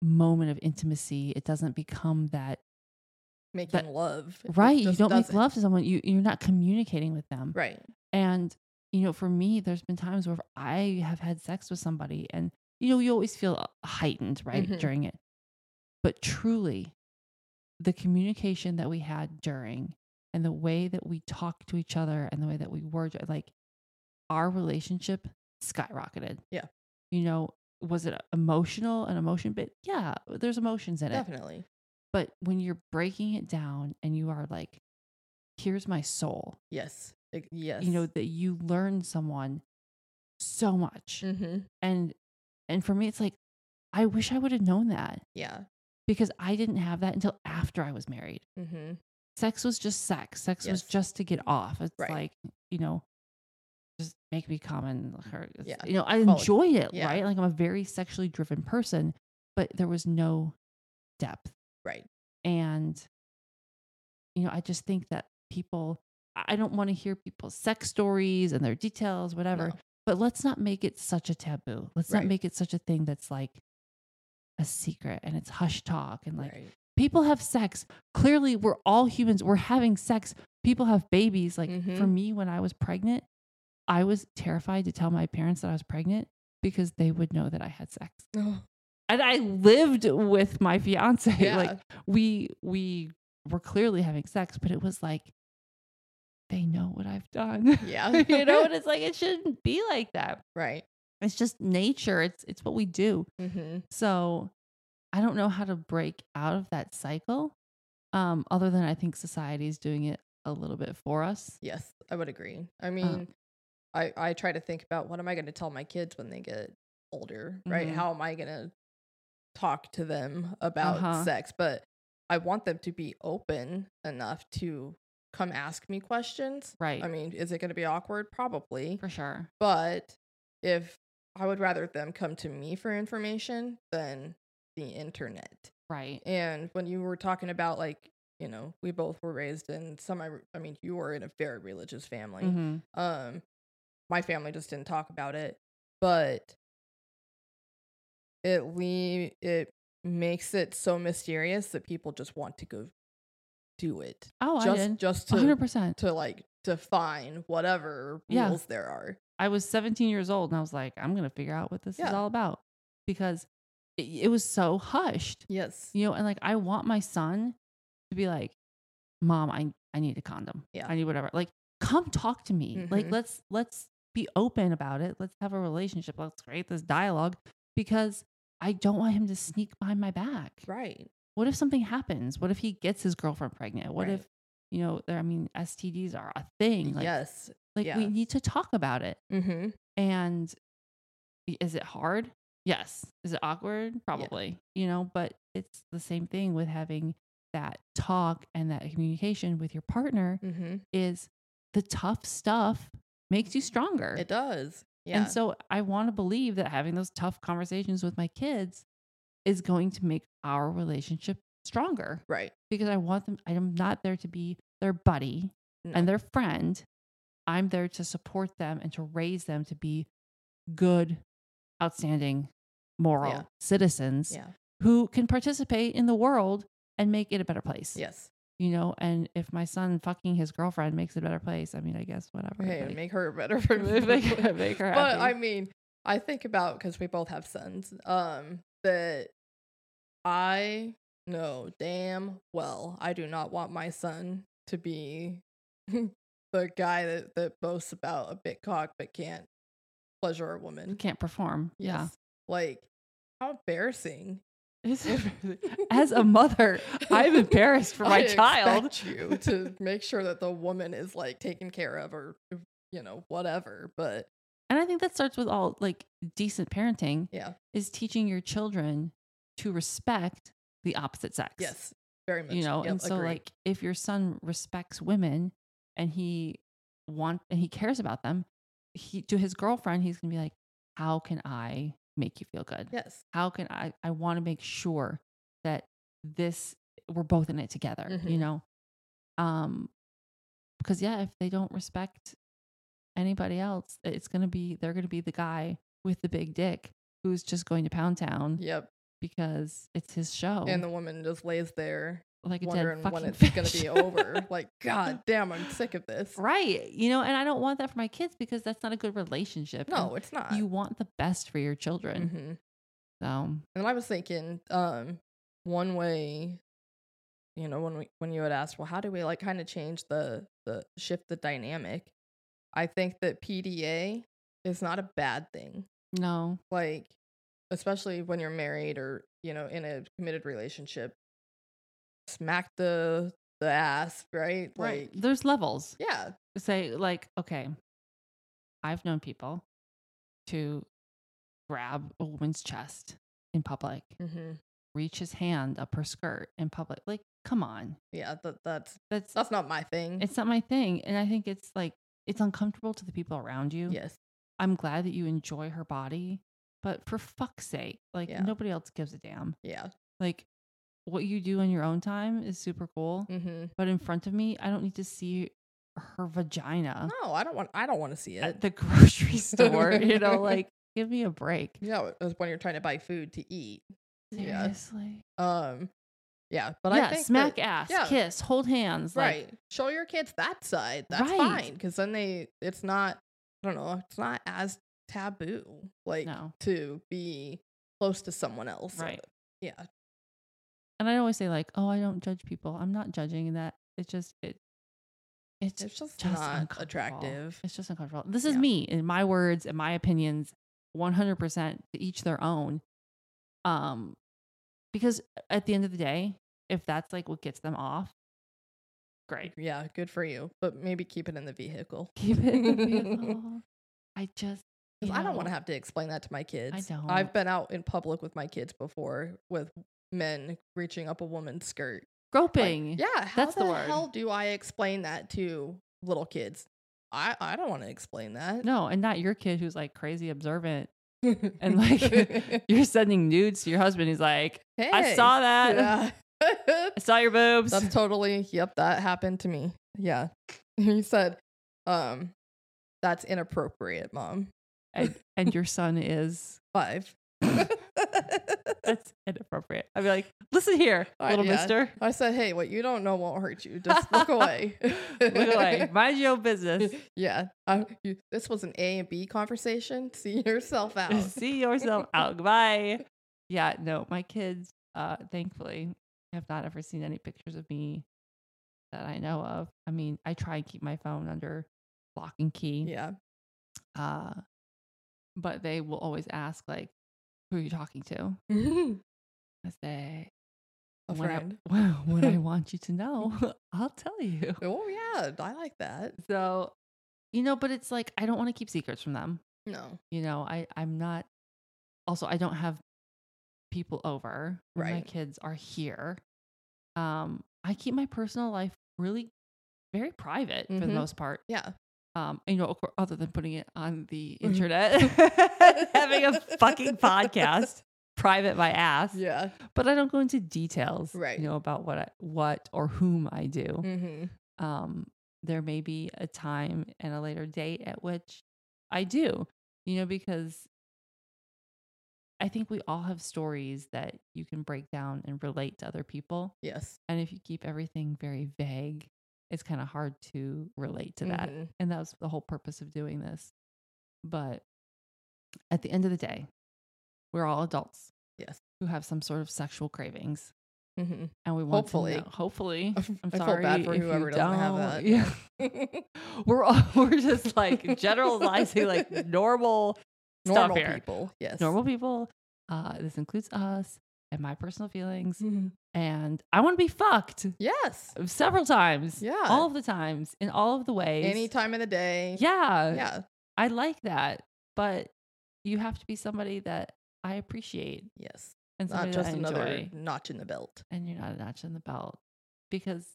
Speaker 2: moment of intimacy. It doesn't become that
Speaker 3: Making
Speaker 2: That-
Speaker 3: love. it
Speaker 2: right. You
Speaker 3: just
Speaker 2: don't make
Speaker 3: doesn't.
Speaker 2: love to someone. You you're not communicating with them.
Speaker 3: Right.
Speaker 2: And, you know, for me, there's been times where I have had sex with somebody and, you know, you always feel uh, heightened, right,
Speaker 3: Mhm.
Speaker 2: during it. But truly, the communication that we had during and the way that we talked to each other and the way that we were, like, our relationship skyrocketed.
Speaker 3: Yeah.
Speaker 2: You know, was it emotional and emotion bit? Yeah, there's emotions in it.
Speaker 3: Definitely.
Speaker 2: But when you're breaking it down and you are like, here's my soul,
Speaker 3: Yes. Ex- yes.
Speaker 2: you know that you learn someone so much
Speaker 3: Mm-hmm.
Speaker 2: and and for me it's like i wish i would have known that
Speaker 3: Yeah.
Speaker 2: because i didn't have that until after i was married
Speaker 3: Mm-hmm.
Speaker 2: sex was just sex sex was
Speaker 3: Yes.
Speaker 2: just to get off it's
Speaker 3: Right.
Speaker 2: like you know just make me come and hurt It's-
Speaker 3: Yeah.
Speaker 2: you know i
Speaker 3: Follow-
Speaker 2: enjoyed it
Speaker 3: Yeah.
Speaker 2: right like i'm a very sexually driven person but there was no depth
Speaker 3: Right.
Speaker 2: and you know i just think that people i I don't want to hear people's sex stories and their details whatever
Speaker 3: No.
Speaker 2: but let's not make it such a taboo let's not
Speaker 3: Right.
Speaker 2: make it such a thing that's like a secret and it's hush talk and like
Speaker 3: right.
Speaker 2: people have sex clearly we're all humans we're having sex people have babies like for
Speaker 3: Mhm.
Speaker 2: me when i was pregnant i was terrified to tell my parents that i was pregnant because they would know that i had sex
Speaker 3: Oh,
Speaker 2: and i lived with my fiance
Speaker 3: yeah.
Speaker 2: like we we were clearly having sex, but it was like they know what I've done.
Speaker 3: Yeah.
Speaker 2: you know, and it's like it shouldn't be like that.
Speaker 3: right.
Speaker 2: It's just nature. It's it's what we do.
Speaker 3: Mm-hmm.
Speaker 2: So I don't know how to break out of that cycle. Um, other than I think society is doing it a little bit for us.
Speaker 3: Yes. I would agree.
Speaker 2: Uh.
Speaker 3: I mean, I I try to think about what am I going to tell my kids when they get older, right?
Speaker 2: Mhm.
Speaker 3: How am I going to talk to them about
Speaker 2: Uh-huh.
Speaker 3: sex? But I want them to be open enough to come ask me questions.
Speaker 2: Right.
Speaker 3: I mean, is it going to be awkward? Probably.
Speaker 2: for sure.
Speaker 3: But if I would rather them come to me for information than the internet.
Speaker 2: Right.
Speaker 3: And when you were talking about like, you know, we both were raised in semi I mean, you were in a very religious family.
Speaker 2: Mhm.
Speaker 3: Um, my family just didn't talk about it, but it le- it makes it so mysterious that people just want to go do it.
Speaker 2: Oh, I
Speaker 3: just
Speaker 2: did.
Speaker 3: just to
Speaker 2: 100%.
Speaker 3: to like define whatever
Speaker 2: Yeah.
Speaker 3: rules there are.
Speaker 2: I was 17 years old and I was like, I'm going to figure out what this is
Speaker 3: Yeah.
Speaker 2: all about because it, it was so hushed,
Speaker 3: Yes.
Speaker 2: you know, and like I want my son to be like, Mom, I, I need a condom.
Speaker 3: Yeah.
Speaker 2: I need whatever. Like, come talk to me. Like,
Speaker 3: Mhm.
Speaker 2: let's, let's be open about it. Let's have a relationship. Let's create this dialogue because I don't want him to sneak behind my back.
Speaker 3: Right.
Speaker 2: What if something happens? What if he gets his girlfriend pregnant? What
Speaker 3: Right.
Speaker 2: if, you know, there, I mean, STDs are a thing. Like,
Speaker 3: yes.
Speaker 2: like
Speaker 3: yeah.
Speaker 2: we need to talk about it.
Speaker 3: Mm-hmm.
Speaker 2: And i- is it hard? Yes. Is it awkward? Probably, you know, but it's the same thing with having that talk and that communication with your partner
Speaker 3: Mm-hmm.
Speaker 2: is the tough stuff makes you stronger.
Speaker 3: It does. Yeah.
Speaker 2: And so I want to believe that having those tough conversations with my kids is going to make our relationship stronger
Speaker 3: right.
Speaker 2: because I want them, I'm not there to be their buddy
Speaker 3: No.
Speaker 2: and their friend. I'm there to support them and to raise them to be good, outstanding, moral
Speaker 3: Yeah.
Speaker 2: citizens
Speaker 3: Yeah.
Speaker 2: who can participate in the world and make it a better place.
Speaker 3: Yes.
Speaker 2: You know, and if my son fucking his girlfriend makes it a better place, I mean, I guess whatever.
Speaker 3: Okay,
Speaker 2: like-
Speaker 3: make her better for me.
Speaker 2: Make her- make her
Speaker 3: But I
Speaker 2: happy.
Speaker 3: mean, I think about because we both have sons. Um, that I know damn well I do not want my son to be the guy that that boasts about a big cock but can't pleasure a woman.
Speaker 2: can't perform.
Speaker 3: Yes. Like how embarrassing.
Speaker 2: Yeah. As a mother, I'm embarrassed for my
Speaker 3: I
Speaker 2: child.
Speaker 3: expect you to make sure that the woman is like taken care of or you know whatever but
Speaker 2: And I think that starts with all like decent parenting
Speaker 3: yeah
Speaker 2: is teaching your children to respect the opposite sex.
Speaker 3: yes very much
Speaker 2: you know
Speaker 3: Yep,
Speaker 2: and so
Speaker 3: agree.
Speaker 2: like if your son respects women and he want and he cares about them he to his girlfriend he's gonna be like how can i make you feel good
Speaker 3: yes
Speaker 2: how can i i want to make sure that this we're both in it together you
Speaker 3: Mhm.
Speaker 2: know um because yeah if they don't respect anybody else it's gonna be they're gonna be the guy with the big dick who's just going to pound town
Speaker 3: yep
Speaker 2: because it's his show
Speaker 3: and the woman just lays there
Speaker 2: Oh. like a dead
Speaker 3: wondering
Speaker 2: fucking
Speaker 3: when it's
Speaker 2: fish.
Speaker 3: gonna be over like god damn i'm sick of this
Speaker 2: right you know and i don't want that for my kids because that's not a good relationship
Speaker 3: no it's not
Speaker 2: And you want the best for your children
Speaker 3: Mhm.
Speaker 2: so
Speaker 3: And I was thinking, um, one way, you know, when we when you had asked, well, how do we like kind of change the the shift the dynamic? I think that PDA is not a bad thing.
Speaker 2: no
Speaker 3: Like, especially when you're married or you know in a committed relationship, smack the the ass, right? Like,
Speaker 2: there's levels
Speaker 3: yeah,
Speaker 2: say like okay i've known people to grab a woman's chest in public
Speaker 3: hmm
Speaker 2: reach his hand up her skirt in public like come on
Speaker 3: yeah. That that's
Speaker 2: that's
Speaker 3: that's not my thing.
Speaker 2: it's not my thing and i think it's like it's uncomfortable to the people around you
Speaker 3: yes,
Speaker 2: I'm glad that you enjoy her body, but for fuck's sake, like
Speaker 3: Yeah.
Speaker 2: nobody else gives a damn.
Speaker 3: yeah,
Speaker 2: Like what you do in your own time is super cool,
Speaker 3: hmm
Speaker 2: but in front of me, I don't need to see her vagina
Speaker 3: no, I don't want I don't want to see it.
Speaker 2: at Uh. the grocery store, you know, like give me a break.
Speaker 3: Yeah, it was when you're trying to buy food to eat. Yeah.
Speaker 2: Seriously.
Speaker 3: Um, yeah, but
Speaker 2: yeah,
Speaker 3: I think
Speaker 2: smack
Speaker 3: that-
Speaker 2: ass,
Speaker 3: yeah.
Speaker 2: kiss, hold hands, like,
Speaker 3: right. Show your kids that side. That's
Speaker 2: Right.
Speaker 3: fine because then they, it's not. I don't know. It's not as taboo, like
Speaker 2: No.
Speaker 3: to be close to someone else. uh,
Speaker 2: Right.
Speaker 3: Yeah.
Speaker 2: And I always say like, "Oh, I don't judge people. I'm not judging that. It's just it it's
Speaker 3: It's just,
Speaker 2: just
Speaker 3: not
Speaker 2: uncomfortable.
Speaker 3: attractive.
Speaker 2: It's just uncomfortable. This is
Speaker 3: Yeah.
Speaker 2: me and my words and my opinions, 100% to each their own. Um, because at the end of the day, if that's like what gets them off, great.
Speaker 3: Yeah, good for you, but maybe keep it in the vehicle.
Speaker 2: Keep it. in the vehicle. I just,
Speaker 3: 'Cause
Speaker 2: you
Speaker 3: I don't want to
Speaker 2: know,
Speaker 3: have to explain that to my kids.
Speaker 2: don't.
Speaker 3: I've been out in public with my kids before with men reaching up a woman's skirt Like,
Speaker 2: groping.
Speaker 3: yeah, how
Speaker 2: That's
Speaker 3: the,
Speaker 2: the word.
Speaker 3: hell do I explain that to little kids? I I don't want to explain that.
Speaker 2: No, and not your kid who's like crazy observant. and, like, You're sending nudes to your husband. He's like, I
Speaker 3: Hey,
Speaker 2: saw that.
Speaker 3: yeah.
Speaker 2: I saw your boobs.
Speaker 3: That's totally yep. That happened to me. Yeah, he said, um, that's inappropriate, mom.
Speaker 2: and, and your son is
Speaker 3: Five.
Speaker 2: That's inappropriate. I'd be like, listen here,
Speaker 3: Uh,
Speaker 2: little
Speaker 3: yeah.
Speaker 2: mister.
Speaker 3: I said, hey, what you don't know won't hurt you. Just look away.
Speaker 2: Look away. Mind your own business.
Speaker 3: yeah. I, you, this was an A and B conversation. See yourself out.
Speaker 2: See yourself out. Goodbye. Yeah, no, my kids, uh, thankfully, have not ever seen any pictures of me that I know of. I mean, I try and keep my phone under lock and key.
Speaker 3: yeah.
Speaker 2: Uh, but they will always ask, like, who are you talking to?
Speaker 3: a
Speaker 2: I say, when I,
Speaker 3: friend.
Speaker 2: well, when I want you to know, I'll tell you.
Speaker 3: Oh yeah, I like that.
Speaker 2: So, you know, but it's like, I don't want to keep secrets from them.
Speaker 3: No.
Speaker 2: you know i i'm not also i don't have people over when my
Speaker 3: Right.
Speaker 2: kids are here um i keep my personal life really very private for the
Speaker 3: Mhm.
Speaker 2: most part
Speaker 3: Yeah.
Speaker 2: um you know of cour- other than putting it on the
Speaker 3: Mhm.
Speaker 2: internet having a fucking podcast private my ass
Speaker 3: Yeah.
Speaker 2: but i don't go into details
Speaker 3: Right.
Speaker 2: you know about what I, what or whom i do
Speaker 3: Mm-hmm.
Speaker 2: um, there may be a time and a later date at which I do, you know, because I think we all have stories that you can break down and relate to other people.
Speaker 3: Yes.
Speaker 2: And if you keep everything very vague, it's kind of hard to relate to that.
Speaker 3: Mhm.
Speaker 2: And that was the whole purpose of doing this. But at the end of the day, we're all adults
Speaker 3: Yes.
Speaker 2: who have some sort of sexual cravings
Speaker 3: Mhm.
Speaker 2: and we want
Speaker 3: Hopefully.
Speaker 2: to know. Hopefully,
Speaker 3: I f-
Speaker 2: Mm-hmm. I'm
Speaker 3: I felt
Speaker 2: sorry
Speaker 3: bad for
Speaker 2: if you
Speaker 3: whoever doesn't have
Speaker 2: don't.
Speaker 3: that.
Speaker 2: Yeah, we're all, we're just like generalizing like normal
Speaker 3: Normal
Speaker 2: here.
Speaker 3: people. Yes.
Speaker 2: normal people. Uh, this includes us and my personal feelings,
Speaker 3: Mhm.
Speaker 2: and I want to be fucked
Speaker 3: Yes.
Speaker 2: several times,
Speaker 3: Yeah.
Speaker 2: all of the times, in all of the ways.
Speaker 3: Any time of the day.
Speaker 2: yeah,
Speaker 3: Yeah.
Speaker 2: I like that, but you have to be somebody that I appreciate
Speaker 3: Yes.
Speaker 2: and somebody
Speaker 3: Not just
Speaker 2: that I
Speaker 3: another
Speaker 2: enjoy.
Speaker 3: notch in the belt.
Speaker 2: and you're not a notch in the belt because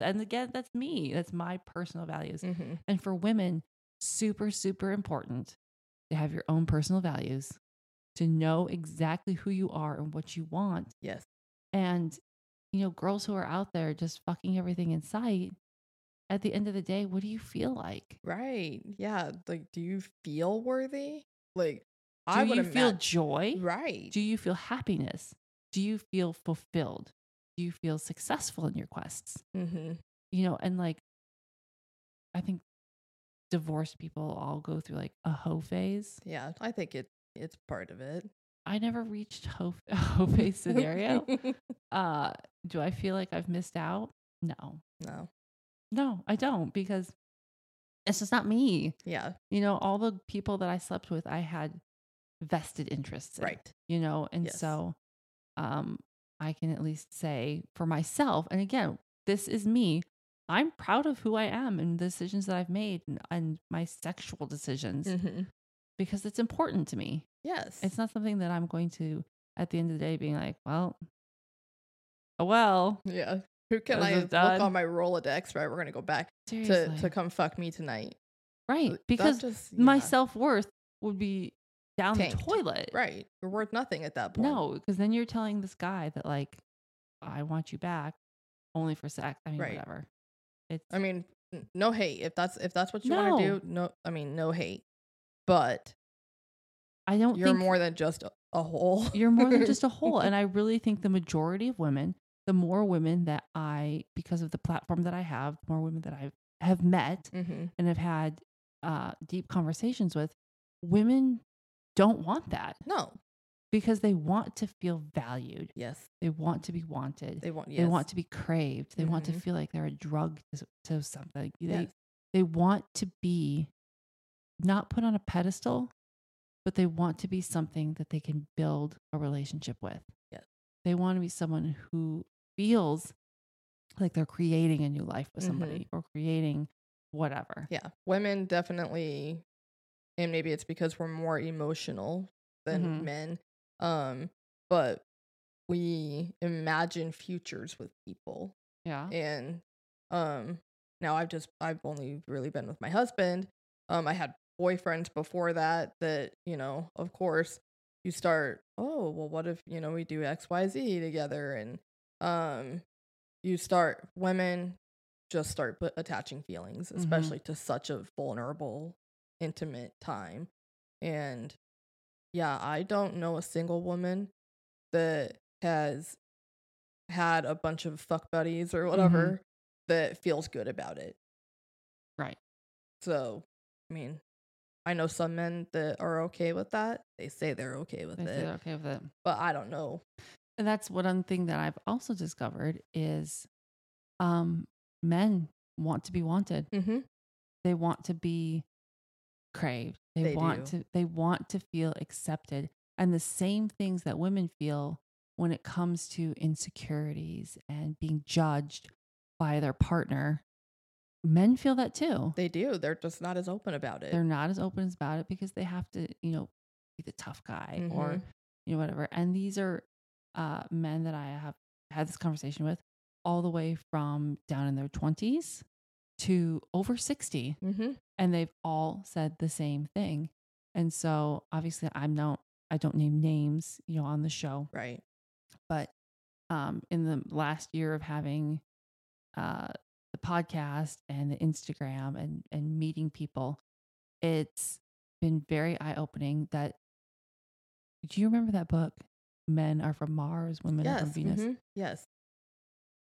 Speaker 2: and again that's me that's my personal values
Speaker 3: Mm-hmm.
Speaker 2: and for women super super important to have your own personal values to know exactly who you are and what you want
Speaker 3: Yes.
Speaker 2: and you know girls who are out there just fucking everything in sight at the end of the day what do you feel like
Speaker 3: Right. Yeah. Like, do you feel worthy? Like,
Speaker 2: do
Speaker 3: I would
Speaker 2: you feel
Speaker 3: imag-
Speaker 2: joy
Speaker 3: Right.
Speaker 2: do you feel happiness do you feel fulfilled do you feel successful in your quests
Speaker 3: mm-hmm.
Speaker 2: you know, and like, I think divorced people all go through like a hoe phase.
Speaker 3: Yeah. I think it it's part of it.
Speaker 2: I never reached hoe, a hoe phase scenario. Uh, do I feel like I've missed out? No,
Speaker 3: no.
Speaker 2: no, I don't because it's just not me.
Speaker 3: Yeah.
Speaker 2: You know, all the people that I slept with, I had vested interests in,
Speaker 3: Right.
Speaker 2: you know, and
Speaker 3: Yes.
Speaker 2: so, um, I can at least say for myself, and again, this is me. I'm proud of who I am and the decisions that I've made and, and my sexual decisions
Speaker 3: Mm-hmm.
Speaker 2: because it's important to me.
Speaker 3: Yes.
Speaker 2: It's not something that I'm going to, at the end of the day, being like, well, oh well,
Speaker 3: Yeah. Who can
Speaker 2: This
Speaker 3: I
Speaker 2: is
Speaker 3: look
Speaker 2: done.
Speaker 3: on my Rolodex? Right, we're gonna go back to,
Speaker 2: seriously,
Speaker 3: to come fuck me tonight.
Speaker 2: right?
Speaker 3: Th- that
Speaker 2: Because
Speaker 3: just,
Speaker 2: my
Speaker 3: yeah,
Speaker 2: self worth would be down
Speaker 3: Tanked.
Speaker 2: the toilet,
Speaker 3: right, you're worth nothing at that point.
Speaker 2: No, because then you're telling this guy that like, I want you back, only for sex. I mean,
Speaker 3: Right.
Speaker 2: whatever. It's
Speaker 3: I mean, n- no hate. If that's if that's what you want to
Speaker 2: No.
Speaker 3: do, no, I mean, no hate. But
Speaker 2: I don't
Speaker 3: you're
Speaker 2: think
Speaker 3: more than just a, a hole.
Speaker 2: you're more than just a hole. And I really think the majority of women, the more women that I, because of the platform that I have, the more women that I have met
Speaker 3: hmm
Speaker 2: and have had uh, deep conversations with, women don't want that
Speaker 3: No.
Speaker 2: because they want to feel valued.
Speaker 3: Yes,
Speaker 2: They want to be wanted. They,
Speaker 3: they want. Yes.
Speaker 2: want to be craved. They want to
Speaker 3: Mhm.
Speaker 2: feel like they're a drug to, to something. They,
Speaker 3: Yes.
Speaker 2: they want to be not put on a pedestal, but they want to be something that they can build a relationship with.
Speaker 3: Yes.
Speaker 2: They want to be someone who feels like they're creating a new life with
Speaker 3: Mhm.
Speaker 2: somebody or creating whatever.
Speaker 3: Yeah, women definitely, and maybe it's because we're more emotional than
Speaker 2: Mhm.
Speaker 3: men. Um, but we imagine futures with people
Speaker 2: Yeah.
Speaker 3: and um now i've just i've only really been with my husband um i had boyfriends before that that you know of course you start oh well what if you know we do xyz together and um you start women just start put, attaching feelings
Speaker 2: Mhm.
Speaker 3: especially to such a vulnerable intimate time and yeah i don't know a single woman that has had a bunch of fuck buddies
Speaker 2: Mm-hmm.
Speaker 3: or whatever that feels good about it.
Speaker 2: Right.
Speaker 3: So, I mean, I know some men that are okay with that. They say they're okay with
Speaker 2: They
Speaker 3: it,
Speaker 2: feel okay with it.
Speaker 3: but I don't know.
Speaker 2: And that's one thing that I've also discovered is um men want to be wanted.
Speaker 3: Mm-hmm.
Speaker 2: They want to be craved. They,
Speaker 3: They
Speaker 2: want
Speaker 3: do.
Speaker 2: to they want to feel accepted. And the same things that women feel when it comes to insecurities and being judged by their partner, men feel that too.
Speaker 3: They do. They're just not as open about it.
Speaker 2: They're not as open as about it because they have to, you know, be the tough guy or
Speaker 3: Mhm.
Speaker 2: you know, whatever. And these are uh, men that I have had this conversation with all the way from down in their 20s to over 60.
Speaker 3: Mm-hmm.
Speaker 2: And they've all said the same thing. And so obviously I'm not, I don't name names, you know, on the show,
Speaker 3: Right.
Speaker 2: but um, in the last year of having uh, the podcast and the Instagram and and meeting people, it's been very eye opening. That do you remember that book? Men are from Mars, women are
Speaker 3: yes.
Speaker 2: from Venus.
Speaker 3: mhm, Yes.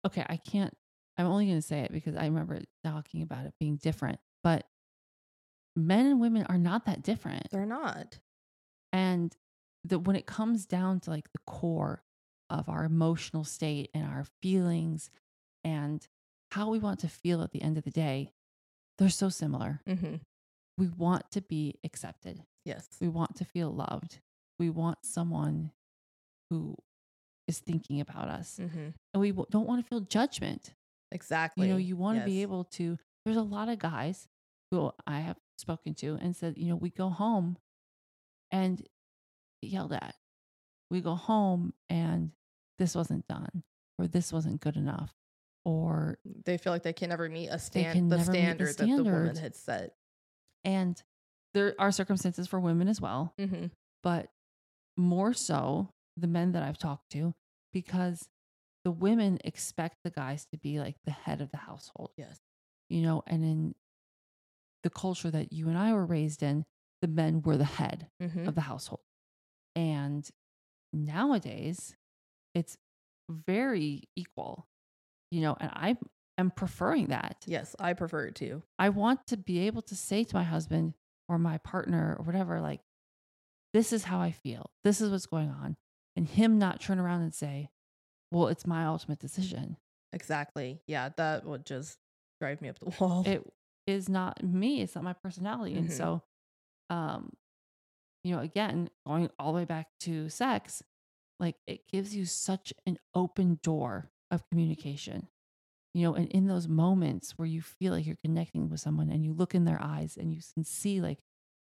Speaker 2: Okay, I can't. I'm only going to say it because I remember talking about it being different, but men and women are not that different.
Speaker 3: They're not.
Speaker 2: And that when it comes down to like the core of our emotional state and our feelings and how we want to feel at the end of the day, they're so similar.
Speaker 3: Mm-hmm.
Speaker 2: We want to be accepted.
Speaker 3: Yes.
Speaker 2: We want to feel loved. We want someone who is thinking about us.
Speaker 3: Mm-hmm.
Speaker 2: And we w- don't want to feel judgment.
Speaker 3: Exactly.
Speaker 2: You know, you want to be
Speaker 3: Yes.
Speaker 2: able to. There's a lot of guys who I have spoken to and said, you know, we go home and get yelled at. We go home and this wasn't done, or this wasn't good enough, or
Speaker 3: They feel like they can never meet a
Speaker 2: can
Speaker 3: stand the
Speaker 2: never meet the
Speaker 3: standard, that the woman
Speaker 2: standard.
Speaker 3: had set.
Speaker 2: and there are circumstances for women as well,
Speaker 3: Mm-hmm.
Speaker 2: but more so the men that I've talked to because the women expect the guys to be like the head of the household.
Speaker 3: Yes.
Speaker 2: you know, and in the culture that you and I were raised in, the men were the head
Speaker 3: Mm-hmm.
Speaker 2: of the household. And nowadays, it's very equal, you know, and I am preferring that.
Speaker 3: Yes, I prefer it too.
Speaker 2: I want to be able to say to my husband or my partner or whatever, like, this is how I feel, this is what's going on, and him not turn around and say, well, it's my ultimate decision.
Speaker 3: Exactly. Yeah, that would just drive me up the wall.
Speaker 2: it is not me it's not my personality and
Speaker 3: Mhm.
Speaker 2: so um you know again going all the way back to sex like it gives you such an open door of communication you know and in those moments where you feel like you're connecting with someone and you look in their eyes and you can see like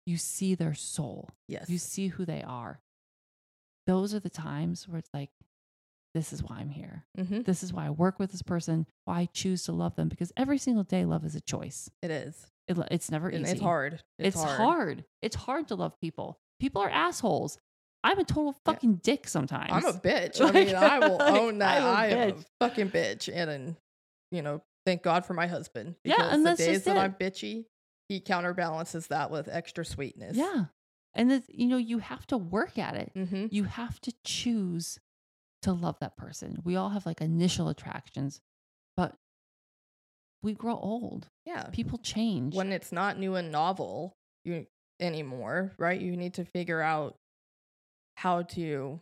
Speaker 2: you see their soul
Speaker 3: yes.
Speaker 2: you see who they are those are the times where it's like this is why i'm here
Speaker 3: Mhm,
Speaker 2: this is why i work with this person why i choose to love them because every single day love is a choice
Speaker 3: It is.
Speaker 2: it, lo- it's never
Speaker 3: And
Speaker 2: easy.
Speaker 3: it's hard.
Speaker 2: It's, hard. It's hard to love people. People are assholes. I'm a total fucking dick sometimes.
Speaker 3: I'm a bitch.
Speaker 2: Like-
Speaker 3: I mean, I will
Speaker 2: like,
Speaker 3: own that.
Speaker 2: I'm a
Speaker 3: I am
Speaker 2: bitch.
Speaker 3: a fucking bitch. And, then, you know, thank God for my husband.
Speaker 2: Yeah,
Speaker 3: Because
Speaker 2: and
Speaker 3: the
Speaker 2: that's
Speaker 3: days
Speaker 2: just
Speaker 3: that
Speaker 2: it.
Speaker 3: I'm bitchy, he counterbalances that with extra sweetness.
Speaker 2: yeah. And it's, you know, you have to work at it.
Speaker 3: Mm-hmm.
Speaker 2: You have to choose to love that person. We all have like initial attractions, but we grow old.
Speaker 3: Yeah.
Speaker 2: People change.
Speaker 3: Uh, When it's not new and novel you, anymore, right? You need to figure out how to,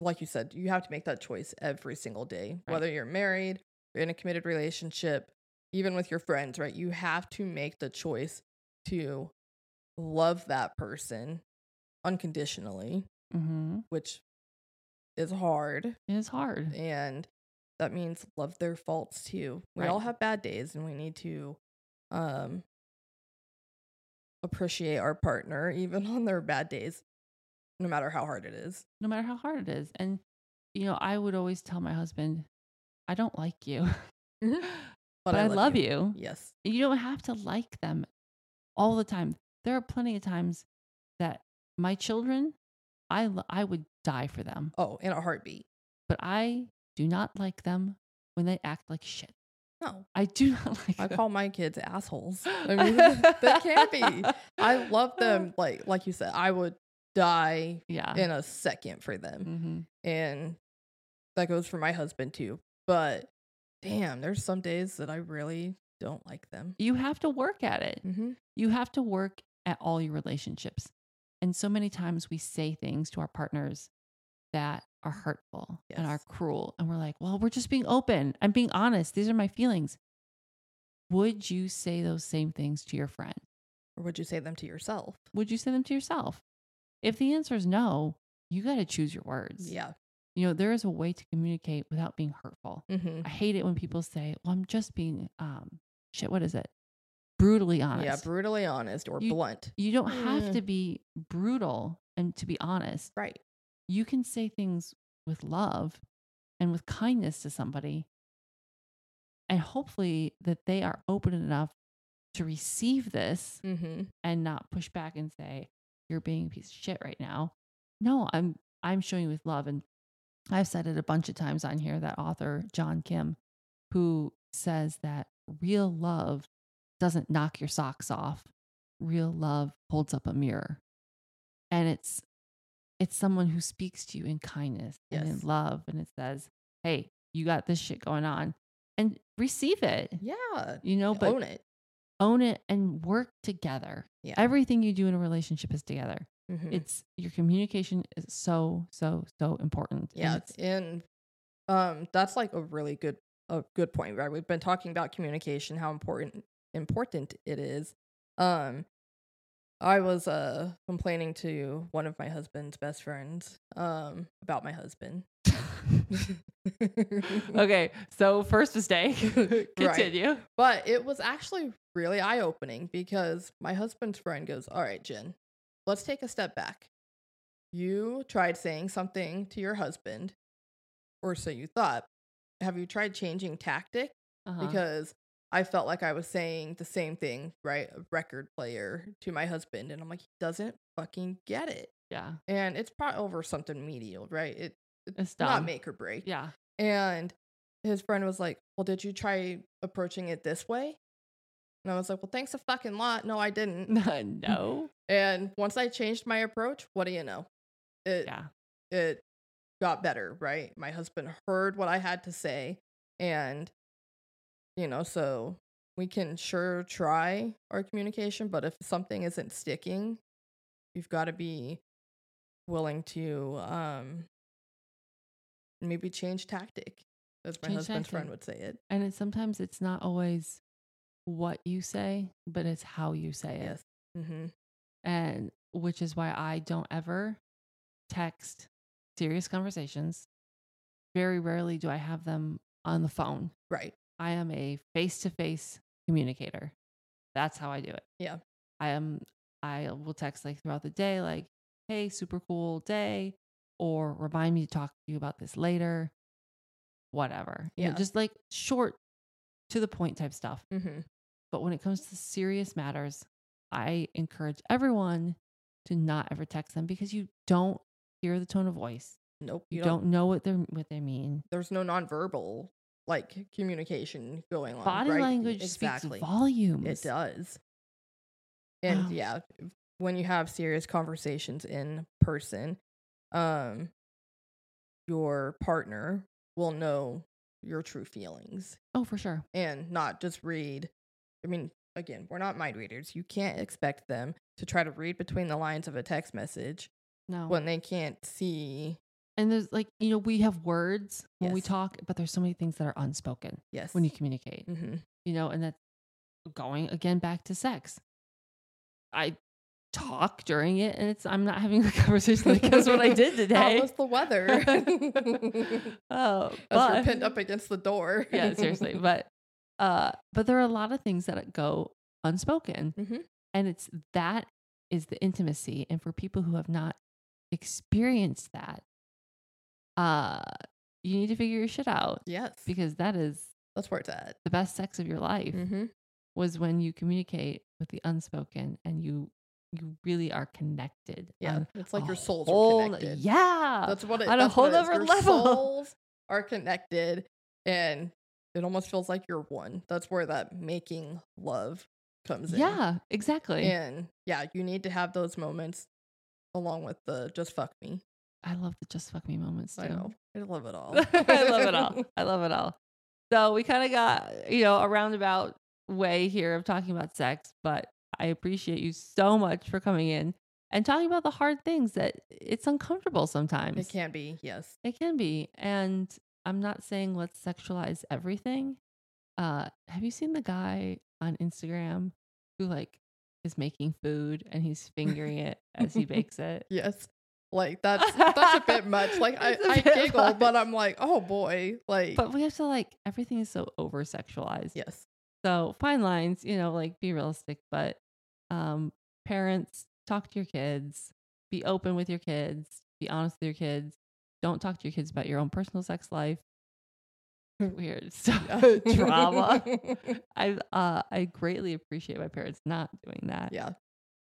Speaker 3: like you said, you have to make that choice every single day,
Speaker 2: Right.
Speaker 3: whether you're married, you're in a committed relationship, even with your friends, right? You have to make the choice to love that person unconditionally,
Speaker 2: Mhm.
Speaker 3: which is hard.
Speaker 2: It is hard.
Speaker 3: And that means love their faults too. We
Speaker 2: Right.
Speaker 3: all have bad days and we need to um appreciate our partner even on their bad days, no matter how hard it is.
Speaker 2: no matter how hard it is. And, you know, I would always tell my husband, I don't like you,
Speaker 3: Mhm.
Speaker 2: Mm-hmm. but, I, love you.
Speaker 3: Yes.
Speaker 2: you don't have to like them all the time. There are plenty of times that my children, I lo- I would die for them,
Speaker 3: Oh, in a heartbeat.
Speaker 2: but I do not like them when they act like shit.
Speaker 3: No.
Speaker 2: I do not like.
Speaker 3: I
Speaker 2: them.
Speaker 3: call my kids assholes. I mean they can be. I love them like like you said, I would die
Speaker 2: Yeah.
Speaker 3: in a second for them.
Speaker 2: hmm
Speaker 3: and that goes for my husband too. But damn, there's some days that I really don't like them.
Speaker 2: You have to work at it.
Speaker 3: Mm-hmm.
Speaker 2: You have to work at all your relationships. And so many times we say things to our partners that are hurtful and are
Speaker 3: Mm. Yes.
Speaker 2: cruel. And we're like, well, we're just being open. I'm being honest. These are my feelings. Would you say those same things to your friend?
Speaker 3: Or would you say them to yourself?
Speaker 2: Would you say them to yourself? If the answer is no, you got to choose your words.
Speaker 3: Yeah.
Speaker 2: You know, there is a way to communicate without being hurtful.
Speaker 3: Mm-hmm.
Speaker 2: I hate it when people say, well, I'm just being, um, shit, what is it? Brutally honest.
Speaker 3: Yeah, brutally honest or
Speaker 2: You-
Speaker 3: blunt.
Speaker 2: you don't have
Speaker 3: Mm.
Speaker 2: to be brutal and to be honest.
Speaker 3: Right.
Speaker 2: You can say things with love and with kindness to somebody. And hopefully that they are open enough to receive this
Speaker 3: Mm-hmm.
Speaker 2: and not push back and say, You're being a piece of shit right now. No, I'm I'm showing you with love. And I've said it a bunch of times on here, that author, John Kim, who says that real love doesn't knock your socks off. Real love holds up a mirror. And it's it's someone who speaks to you in kindness and in
Speaker 3: Yes.
Speaker 2: love and it says, Hey, you got this shit going on. And receive it.
Speaker 3: Yeah. Oh,
Speaker 2: You know, Oh, but
Speaker 3: Own it.
Speaker 2: own it and work together.
Speaker 3: Yeah.
Speaker 2: Everything you do in a relationship is together.
Speaker 3: Mhm.
Speaker 2: It's your communication is so so so important. and
Speaker 3: Yeah,
Speaker 2: it's-
Speaker 3: and um, that's like a really good a good point. Right, we've been talking about communication, how important important it is. Um, I was uh complaining to one of my husband's best friends um about my husband.
Speaker 2: okay. So first mistake. Continue.
Speaker 3: But it was actually really eye opening because my husband's friend goes, All right, Jen, let's take a step back. You tried saying something to your husband, or so you thought. Have you tried changing tactic?
Speaker 2: Uh-huh.
Speaker 3: Because I felt like I was saying the same thing, right? A record player to my husband. And I'm like, He doesn't fucking get it.
Speaker 2: yeah,
Speaker 3: And it's probably over something medial, right? It, it's
Speaker 2: it's dumb.
Speaker 3: not make or break.
Speaker 2: Yeah.
Speaker 3: And his friend was like, Well, did you try approaching it this way? And I was like, Well, thanks a fucking lot. No, I didn't.
Speaker 2: no.
Speaker 3: and once I changed my approach, what do you know? It
Speaker 2: Yeah.
Speaker 3: it got better, right? My husband heard what I had to say. And, you know, so we can sure try our communication, but if something isn't sticking, you've got to be willing to um, maybe change tactic, as my
Speaker 2: Change
Speaker 3: husband's friend
Speaker 2: tactic.
Speaker 3: would say it.
Speaker 2: And it's sometimes it's not always what you say, but it's how you say it.
Speaker 3: Yes. Mm-hmm.
Speaker 2: and which is why I don't ever text serious conversations. Very rarely do I have them on the phone.
Speaker 3: Right.
Speaker 2: I am a face to face communicator. That's how I do it.
Speaker 3: Yeah.
Speaker 2: I am I will text like throughout the day like, "Hey, super cool day," or remind me to talk to you about this later. Whatever. You know,
Speaker 3: Yeah.
Speaker 2: just like short to the point type stuff.
Speaker 3: Mm-hmm.
Speaker 2: But when it comes to serious matters, I encourage everyone to not ever text them because you don't hear the tone of voice.
Speaker 3: Nope.
Speaker 2: You, don't, know what they're what they mean.
Speaker 3: There's no nonverbal like communication going on.
Speaker 2: Body
Speaker 3: right?
Speaker 2: language
Speaker 3: exactly.
Speaker 2: speaks volumes.
Speaker 3: It does. And
Speaker 2: Wow.
Speaker 3: yeah, when you have serious conversations in person, um your partner will know your true feelings
Speaker 2: Oh, for sure.
Speaker 3: and not just read. I mean, again, we're not mind readers. You can't expect them to try to read between the lines of a text message
Speaker 2: No.
Speaker 3: when they can't see.
Speaker 2: and there's like, you know, we have words when we
Speaker 3: Yes.
Speaker 2: talk, but there's so many things that are unspoken
Speaker 3: Yes.
Speaker 2: when you communicate.
Speaker 3: hmm
Speaker 2: You know, and that's going again back to sex. I talk during it and it's I'm not having a conversation like that's what I did today.
Speaker 3: How was the weather?
Speaker 2: oh,
Speaker 3: As you're
Speaker 2: but
Speaker 3: pinned up against the door.
Speaker 2: yeah, seriously. But uh, but there are a lot of things that go unspoken,
Speaker 3: Mhm.
Speaker 2: and it's that is the intimacy. And for people who have not experienced that, uh, you need to figure your shit out
Speaker 3: yes.
Speaker 2: because that is
Speaker 3: That's where it's at.
Speaker 2: the best sex of your life
Speaker 3: Mm-hmm.
Speaker 2: was when you communicate with the unspoken and you you really are connected.
Speaker 3: Yeah,
Speaker 2: on
Speaker 3: it's like
Speaker 2: a
Speaker 3: your souls
Speaker 2: whole-
Speaker 3: are connected.
Speaker 2: Yeah,
Speaker 3: that's what it,
Speaker 2: on a
Speaker 3: that's what
Speaker 2: whole
Speaker 3: it is.
Speaker 2: nother
Speaker 3: Your
Speaker 2: level.
Speaker 3: Souls are connected, and it almost feels like you're one. That's where that making love comes in.
Speaker 2: yeah, exactly.
Speaker 3: and yeah, you need to have those moments along with the just fuck me.
Speaker 2: I love the just fuck me moments too.
Speaker 3: I know. I love it all.
Speaker 2: I love it all. I love it all. So we kind of got, you know, a roundabout way here of talking about sex, but I appreciate you so much for coming in and talking about the hard things that it's uncomfortable sometimes.
Speaker 3: It can be, yes.
Speaker 2: It can be. And I'm not saying let's sexualize everything. Uh, have you seen the guy on Instagram who like is making food and he's fingering it as he bakes it?
Speaker 3: Yes. Like that's that's a bit much. Like I,
Speaker 2: It's a
Speaker 3: I
Speaker 2: bit
Speaker 3: giggle,
Speaker 2: much.
Speaker 3: but I'm like, oh boy. Like
Speaker 2: But we have to like everything is so over sexualized.
Speaker 3: yes.
Speaker 2: So fine lines, you know, like be realistic, but um parents talk to your kids, be open with your kids, be honest with your kids. Don't talk to your kids about your own personal sex life. Weird stuff. Drama. I uh I greatly appreciate my parents not doing that.
Speaker 3: yeah.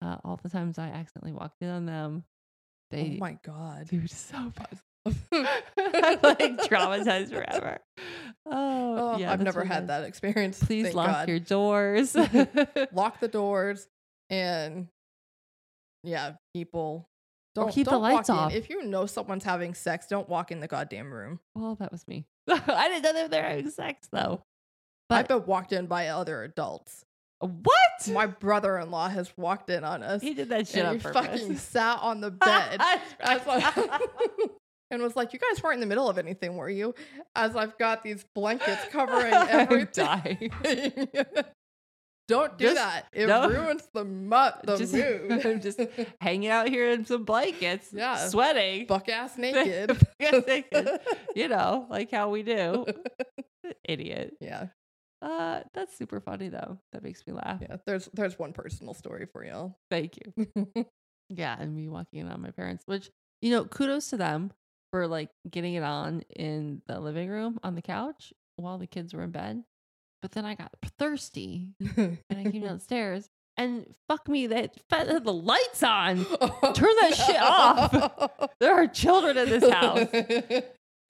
Speaker 2: Uh, all the times I accidentally walked in on them,
Speaker 3: Oh
Speaker 2: they
Speaker 3: my god.
Speaker 2: dude so bad. I'm like traumatized forever. Oh,
Speaker 3: Oh,
Speaker 2: yeah,
Speaker 3: I've
Speaker 2: that's
Speaker 3: never
Speaker 2: what it
Speaker 3: had
Speaker 2: is.
Speaker 3: that experience.
Speaker 2: Please
Speaker 3: thank
Speaker 2: lock
Speaker 3: God.
Speaker 2: your doors.
Speaker 3: lock the doors and yeah, people
Speaker 2: Or
Speaker 3: don't
Speaker 2: keep the
Speaker 3: don't walk
Speaker 2: lights
Speaker 3: in.
Speaker 2: off.
Speaker 3: If you know someone's having sex, don't walk in the goddamn room.
Speaker 2: Well, that was me. I didn't know they were there having sex though. But
Speaker 3: I've been walked in by other adults.
Speaker 2: what?
Speaker 3: My brother-in-law has walked in on us.
Speaker 2: he did that shit
Speaker 3: and
Speaker 2: on
Speaker 3: he
Speaker 2: purpose.
Speaker 3: fucking sat on the bed. As I- and was like, "You guys weren't in the middle of anything, were you?" As I've got these blankets covering everything.
Speaker 2: Die.
Speaker 3: Don't do
Speaker 2: Just-
Speaker 3: that. It
Speaker 2: no.
Speaker 3: ruins the mu- the
Speaker 2: Just-
Speaker 3: mood.
Speaker 2: I'm just Hanging out here in some blankets,
Speaker 3: Yeah.
Speaker 2: sweating,
Speaker 3: buck ass naked.
Speaker 2: Naked. Oh. you know, like how we do. Idiot.
Speaker 3: yeah,
Speaker 2: Uh, that's super funny though. That makes me laugh.
Speaker 3: yeah. There's there's one personal story for y'all.
Speaker 2: Thank you. Yeah, and me walking in on my parents, which you know, kudos to them for like getting it on in the living room on the couch while the kids were in bed. But then I got thirsty and I came downstairs and fuck me, that had the lights on. Turn that shit off. There are children in this house.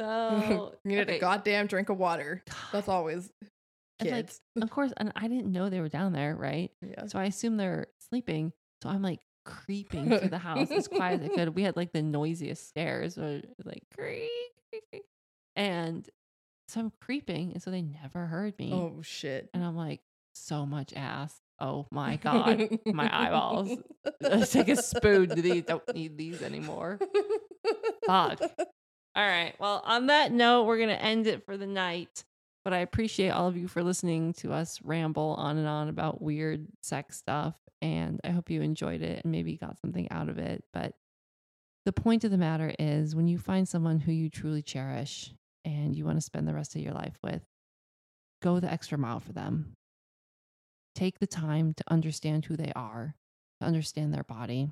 Speaker 2: So
Speaker 3: you need
Speaker 2: okay,
Speaker 3: a goddamn drink of water. That's
Speaker 2: God.
Speaker 3: always
Speaker 2: And, like,
Speaker 3: kids.
Speaker 2: Of course, and I didn't know they were down there, right?
Speaker 3: yeah.
Speaker 2: So I assume they're sleeping. So I'm like creeping through the house as quiet as I could. We had like the noisiest stairs, so it was like creak, creak, creak. and so I'm creeping, and so they never heard me.
Speaker 3: Oh shit.
Speaker 2: And I'm like, so much ass. Oh my god, my eyeballs. Let's take a spoon to these. Don't need these anymore. Fuck. All right. Well, on that note, we're going to end it for the night. But I appreciate all of you for listening to us ramble on and on about weird sex stuff. And I hope you enjoyed it and maybe got something out of it. But the point of the matter is when you find someone who you truly cherish and you want to spend the rest of your life with, go the extra mile for them. Take the time to understand who they are, to understand their body.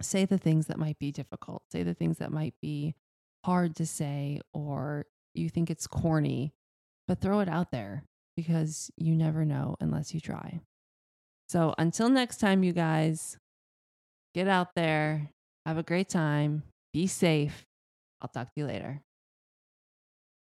Speaker 2: Say the things that might be difficult, say the things that might be hard to say or you think it's corny, but throw it out there because you never know unless you try. So until next time, you guys, get out there, have a great time, be safe. I'll talk to you later.